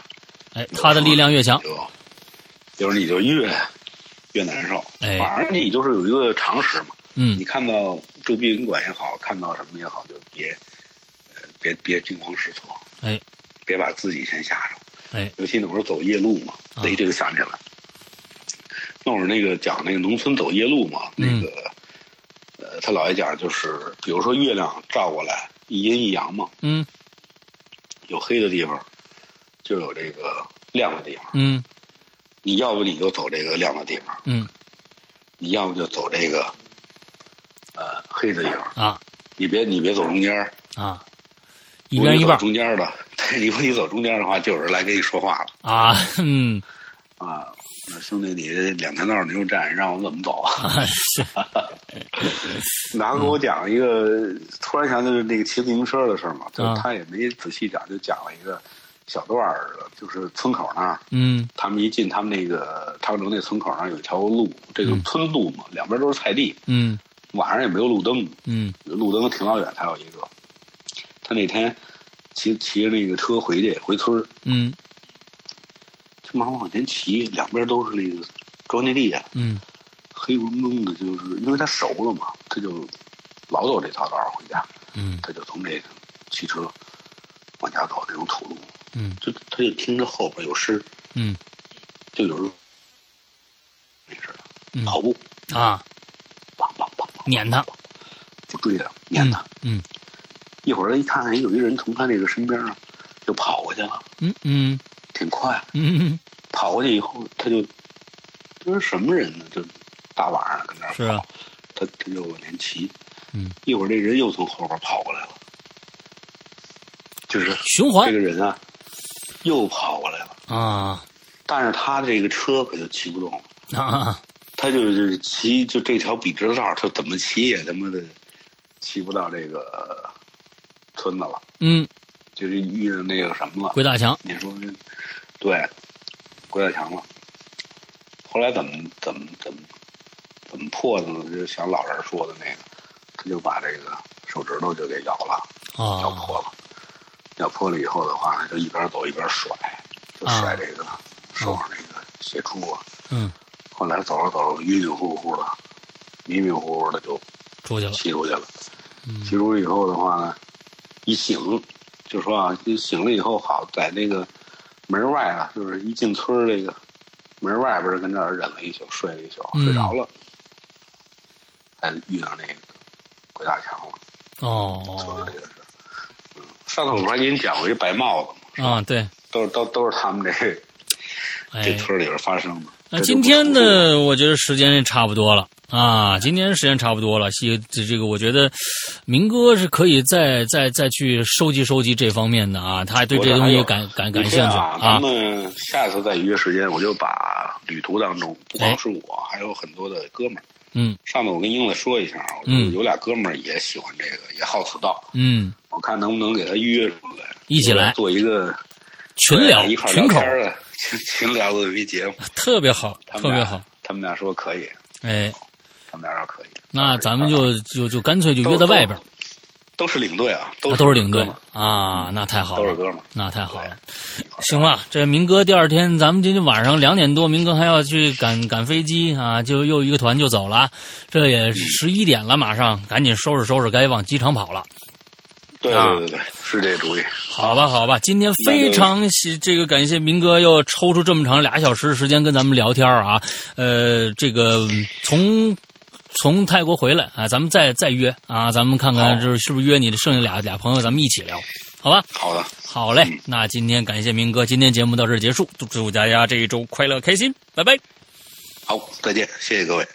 [SPEAKER 2] 哎，他的力量越强
[SPEAKER 3] 你，就就是你就越越难受。
[SPEAKER 2] 哎
[SPEAKER 3] 反而你就是有一个常识嘛，
[SPEAKER 2] 嗯
[SPEAKER 3] 你看到住宾馆也好，看到什么也好，就别呃别别惊慌失措，
[SPEAKER 2] 哎
[SPEAKER 3] 别把自己先吓着。
[SPEAKER 2] 哎
[SPEAKER 3] 尤其那会儿走夜路嘛，
[SPEAKER 2] 啊
[SPEAKER 3] 哎，这个想起来。那会儿那个讲那个农村走夜路嘛，
[SPEAKER 2] 嗯
[SPEAKER 3] 那个，呃，他姥爷讲就是，比如说月亮照过来，一阴一阳嘛，
[SPEAKER 2] 嗯
[SPEAKER 3] 有黑的地方，就有这个亮的地方。
[SPEAKER 2] 嗯
[SPEAKER 3] 你要不你就走这个亮的地方，
[SPEAKER 2] 嗯
[SPEAKER 3] 你要不就走这个，呃，黑的地方。
[SPEAKER 2] 啊
[SPEAKER 3] 你别你别走中间儿，
[SPEAKER 2] 啊，一边一
[SPEAKER 3] 如果你
[SPEAKER 2] 半
[SPEAKER 3] 走。中间儿的， 对，你说你走中间儿的话，就有人来跟你说话了
[SPEAKER 2] 啊，嗯，
[SPEAKER 3] 啊。那兄弟，你这两条道儿你又占，让我怎么走啊？
[SPEAKER 2] 啊是，
[SPEAKER 3] 然后跟我讲一个，突然想起来那个骑自行车的事儿嘛，就
[SPEAKER 2] 啊
[SPEAKER 3] 是他也没仔细讲，就讲了一个小段儿就是村口那儿，
[SPEAKER 2] 嗯
[SPEAKER 3] 他们一进他们那个汤城那村口那儿有一条路，这个村路嘛，两边都是菜地，
[SPEAKER 2] 嗯
[SPEAKER 3] 晚上也没有路灯，
[SPEAKER 2] 嗯
[SPEAKER 3] 路灯挺老远才有一个。他那天骑骑着那个车回去，回村儿，
[SPEAKER 2] 嗯
[SPEAKER 3] 就慢慢往前骑，两边都是那个庄稼地啊，
[SPEAKER 2] 嗯
[SPEAKER 3] 黑咕隆咚的，就是因为他熟了嘛，他就老走这条道儿回家，
[SPEAKER 2] 嗯
[SPEAKER 3] 他就从这个汽车往家走这种土路，
[SPEAKER 2] 嗯
[SPEAKER 3] 就他就听着后边有声儿，
[SPEAKER 2] 嗯
[SPEAKER 3] 就有人没事了，
[SPEAKER 2] 嗯
[SPEAKER 3] 跑步，
[SPEAKER 2] 啊，
[SPEAKER 3] 梆梆梆梆
[SPEAKER 2] 撵他，
[SPEAKER 3] 就追他，撵他。
[SPEAKER 2] 嗯
[SPEAKER 3] 一会儿一看，哎，有一人从他这个身边啊，就跑过去了，
[SPEAKER 2] 嗯嗯
[SPEAKER 3] 挺快。
[SPEAKER 2] 嗯，
[SPEAKER 3] 跑过去以后，他就这是什么人呢？就大晚上跟那儿
[SPEAKER 2] 是啊，
[SPEAKER 3] 他他就往前骑，
[SPEAKER 2] 嗯，
[SPEAKER 3] 一会儿这人又从后边跑过来了，就是
[SPEAKER 2] 循环
[SPEAKER 3] 这个人啊，又跑过来了，
[SPEAKER 2] 啊
[SPEAKER 3] 但是他这个车可就骑不动了，
[SPEAKER 2] 啊
[SPEAKER 3] 他就是骑就这条笔直的道儿，他怎么骑也他妈的骑不到这个村子了，
[SPEAKER 2] 嗯，
[SPEAKER 3] 就是遇上那个什么了。
[SPEAKER 2] 鬼打墙，
[SPEAKER 3] 你说这对，鬼打墙了。后来怎么怎么怎么怎么破的呢？就像老人说的那个，他就把这个手指头就给咬了，
[SPEAKER 2] 啊
[SPEAKER 3] 咬破了。咬破了以后的话，就一边走一边甩，就甩这个、手上这个血珠啊。
[SPEAKER 2] 嗯，
[SPEAKER 3] 后来走着走着，晕晕乎乎的，迷迷糊糊的就
[SPEAKER 2] 出去了，
[SPEAKER 3] 骑出去了。
[SPEAKER 2] 嗯
[SPEAKER 3] 骑出去以后的话呢，一醒，就说啊，一醒了以后，好在那个门外啊，就是一进村儿这个门外边儿跟这儿忍了一宿，睡了一宿，
[SPEAKER 2] 嗯
[SPEAKER 3] 睡着了，才遇上那个鬼打墙了，就是
[SPEAKER 2] 哦
[SPEAKER 3] 这个事儿。嗯，上次我还给你讲过一白帽子嘛，
[SPEAKER 2] 啊对，
[SPEAKER 3] 都是都都是他们这这
[SPEAKER 2] 哎。
[SPEAKER 3] 村儿里边发生的。
[SPEAKER 2] 那
[SPEAKER 3] 这就
[SPEAKER 2] 今
[SPEAKER 3] 不
[SPEAKER 2] 天
[SPEAKER 3] 重复了
[SPEAKER 2] 呢，我觉得时间也差不多了啊，今天时间差不多了。西这这个，我觉得明哥是可以再再再去收集收集这方面的啊，他还对
[SPEAKER 3] 我
[SPEAKER 2] 这
[SPEAKER 3] 这
[SPEAKER 2] 东
[SPEAKER 3] 还
[SPEAKER 2] 西
[SPEAKER 3] 有
[SPEAKER 2] 感感
[SPEAKER 3] 你
[SPEAKER 2] 感
[SPEAKER 3] 这
[SPEAKER 2] 兴
[SPEAKER 3] 样
[SPEAKER 2] 趣
[SPEAKER 3] 啊，咱们下次再约时间，我就把旅途当中不
[SPEAKER 2] 哎
[SPEAKER 3] 光是我，还有很多的哥们儿。
[SPEAKER 2] 嗯
[SPEAKER 3] 上次我跟英子说一下啊，我就
[SPEAKER 2] 嗯
[SPEAKER 3] 有俩哥们儿也喜欢这个，也好此道，
[SPEAKER 2] 嗯，
[SPEAKER 3] 我看能不能给他约出来，
[SPEAKER 2] 一起来
[SPEAKER 3] 做一个
[SPEAKER 2] 群聊
[SPEAKER 3] 对一块儿
[SPEAKER 2] 群
[SPEAKER 3] 聊
[SPEAKER 2] 口
[SPEAKER 3] 天儿的 群群聊的一节目。
[SPEAKER 2] 特别好，
[SPEAKER 3] 他
[SPEAKER 2] 特
[SPEAKER 3] 们
[SPEAKER 2] 别
[SPEAKER 3] 俩
[SPEAKER 2] 好。
[SPEAKER 3] 他们俩说可以，
[SPEAKER 2] 哎，
[SPEAKER 3] 他们俩说可以。
[SPEAKER 2] 那咱们就就就干脆就约在外边儿，
[SPEAKER 3] 都是领队啊，
[SPEAKER 2] 啊
[SPEAKER 3] 都
[SPEAKER 2] 都是领队
[SPEAKER 3] 哥们儿
[SPEAKER 2] 啊，那太好
[SPEAKER 3] 都是
[SPEAKER 2] 了，
[SPEAKER 3] 哥们儿。
[SPEAKER 2] 那太好了。
[SPEAKER 3] 一块儿
[SPEAKER 2] 行了，这明哥第二天，咱们今天晚上两点多，明哥还要去赶赶飞机啊，就又一个团就走了，这也十一点了，马上赶紧收拾收拾，该往机场跑了。
[SPEAKER 3] 对
[SPEAKER 2] 啊
[SPEAKER 3] 对对对，是这主意。
[SPEAKER 2] 好吧，好吧，今天非常喜这个感谢明哥又抽出这么长俩小时的时间跟咱们聊天儿啊，呃，这个嗯从从泰国回来啊，咱们再再约啊，咱们看看
[SPEAKER 3] 好
[SPEAKER 2] 就是是不是约你的剩下俩俩朋友，咱们一起聊，好吧？
[SPEAKER 3] 好的，
[SPEAKER 2] 好嘞，那今天感谢明哥，今天节目到这儿结束，祝祝大家这一周快乐开心，拜拜。
[SPEAKER 3] 好，再见，谢谢各位。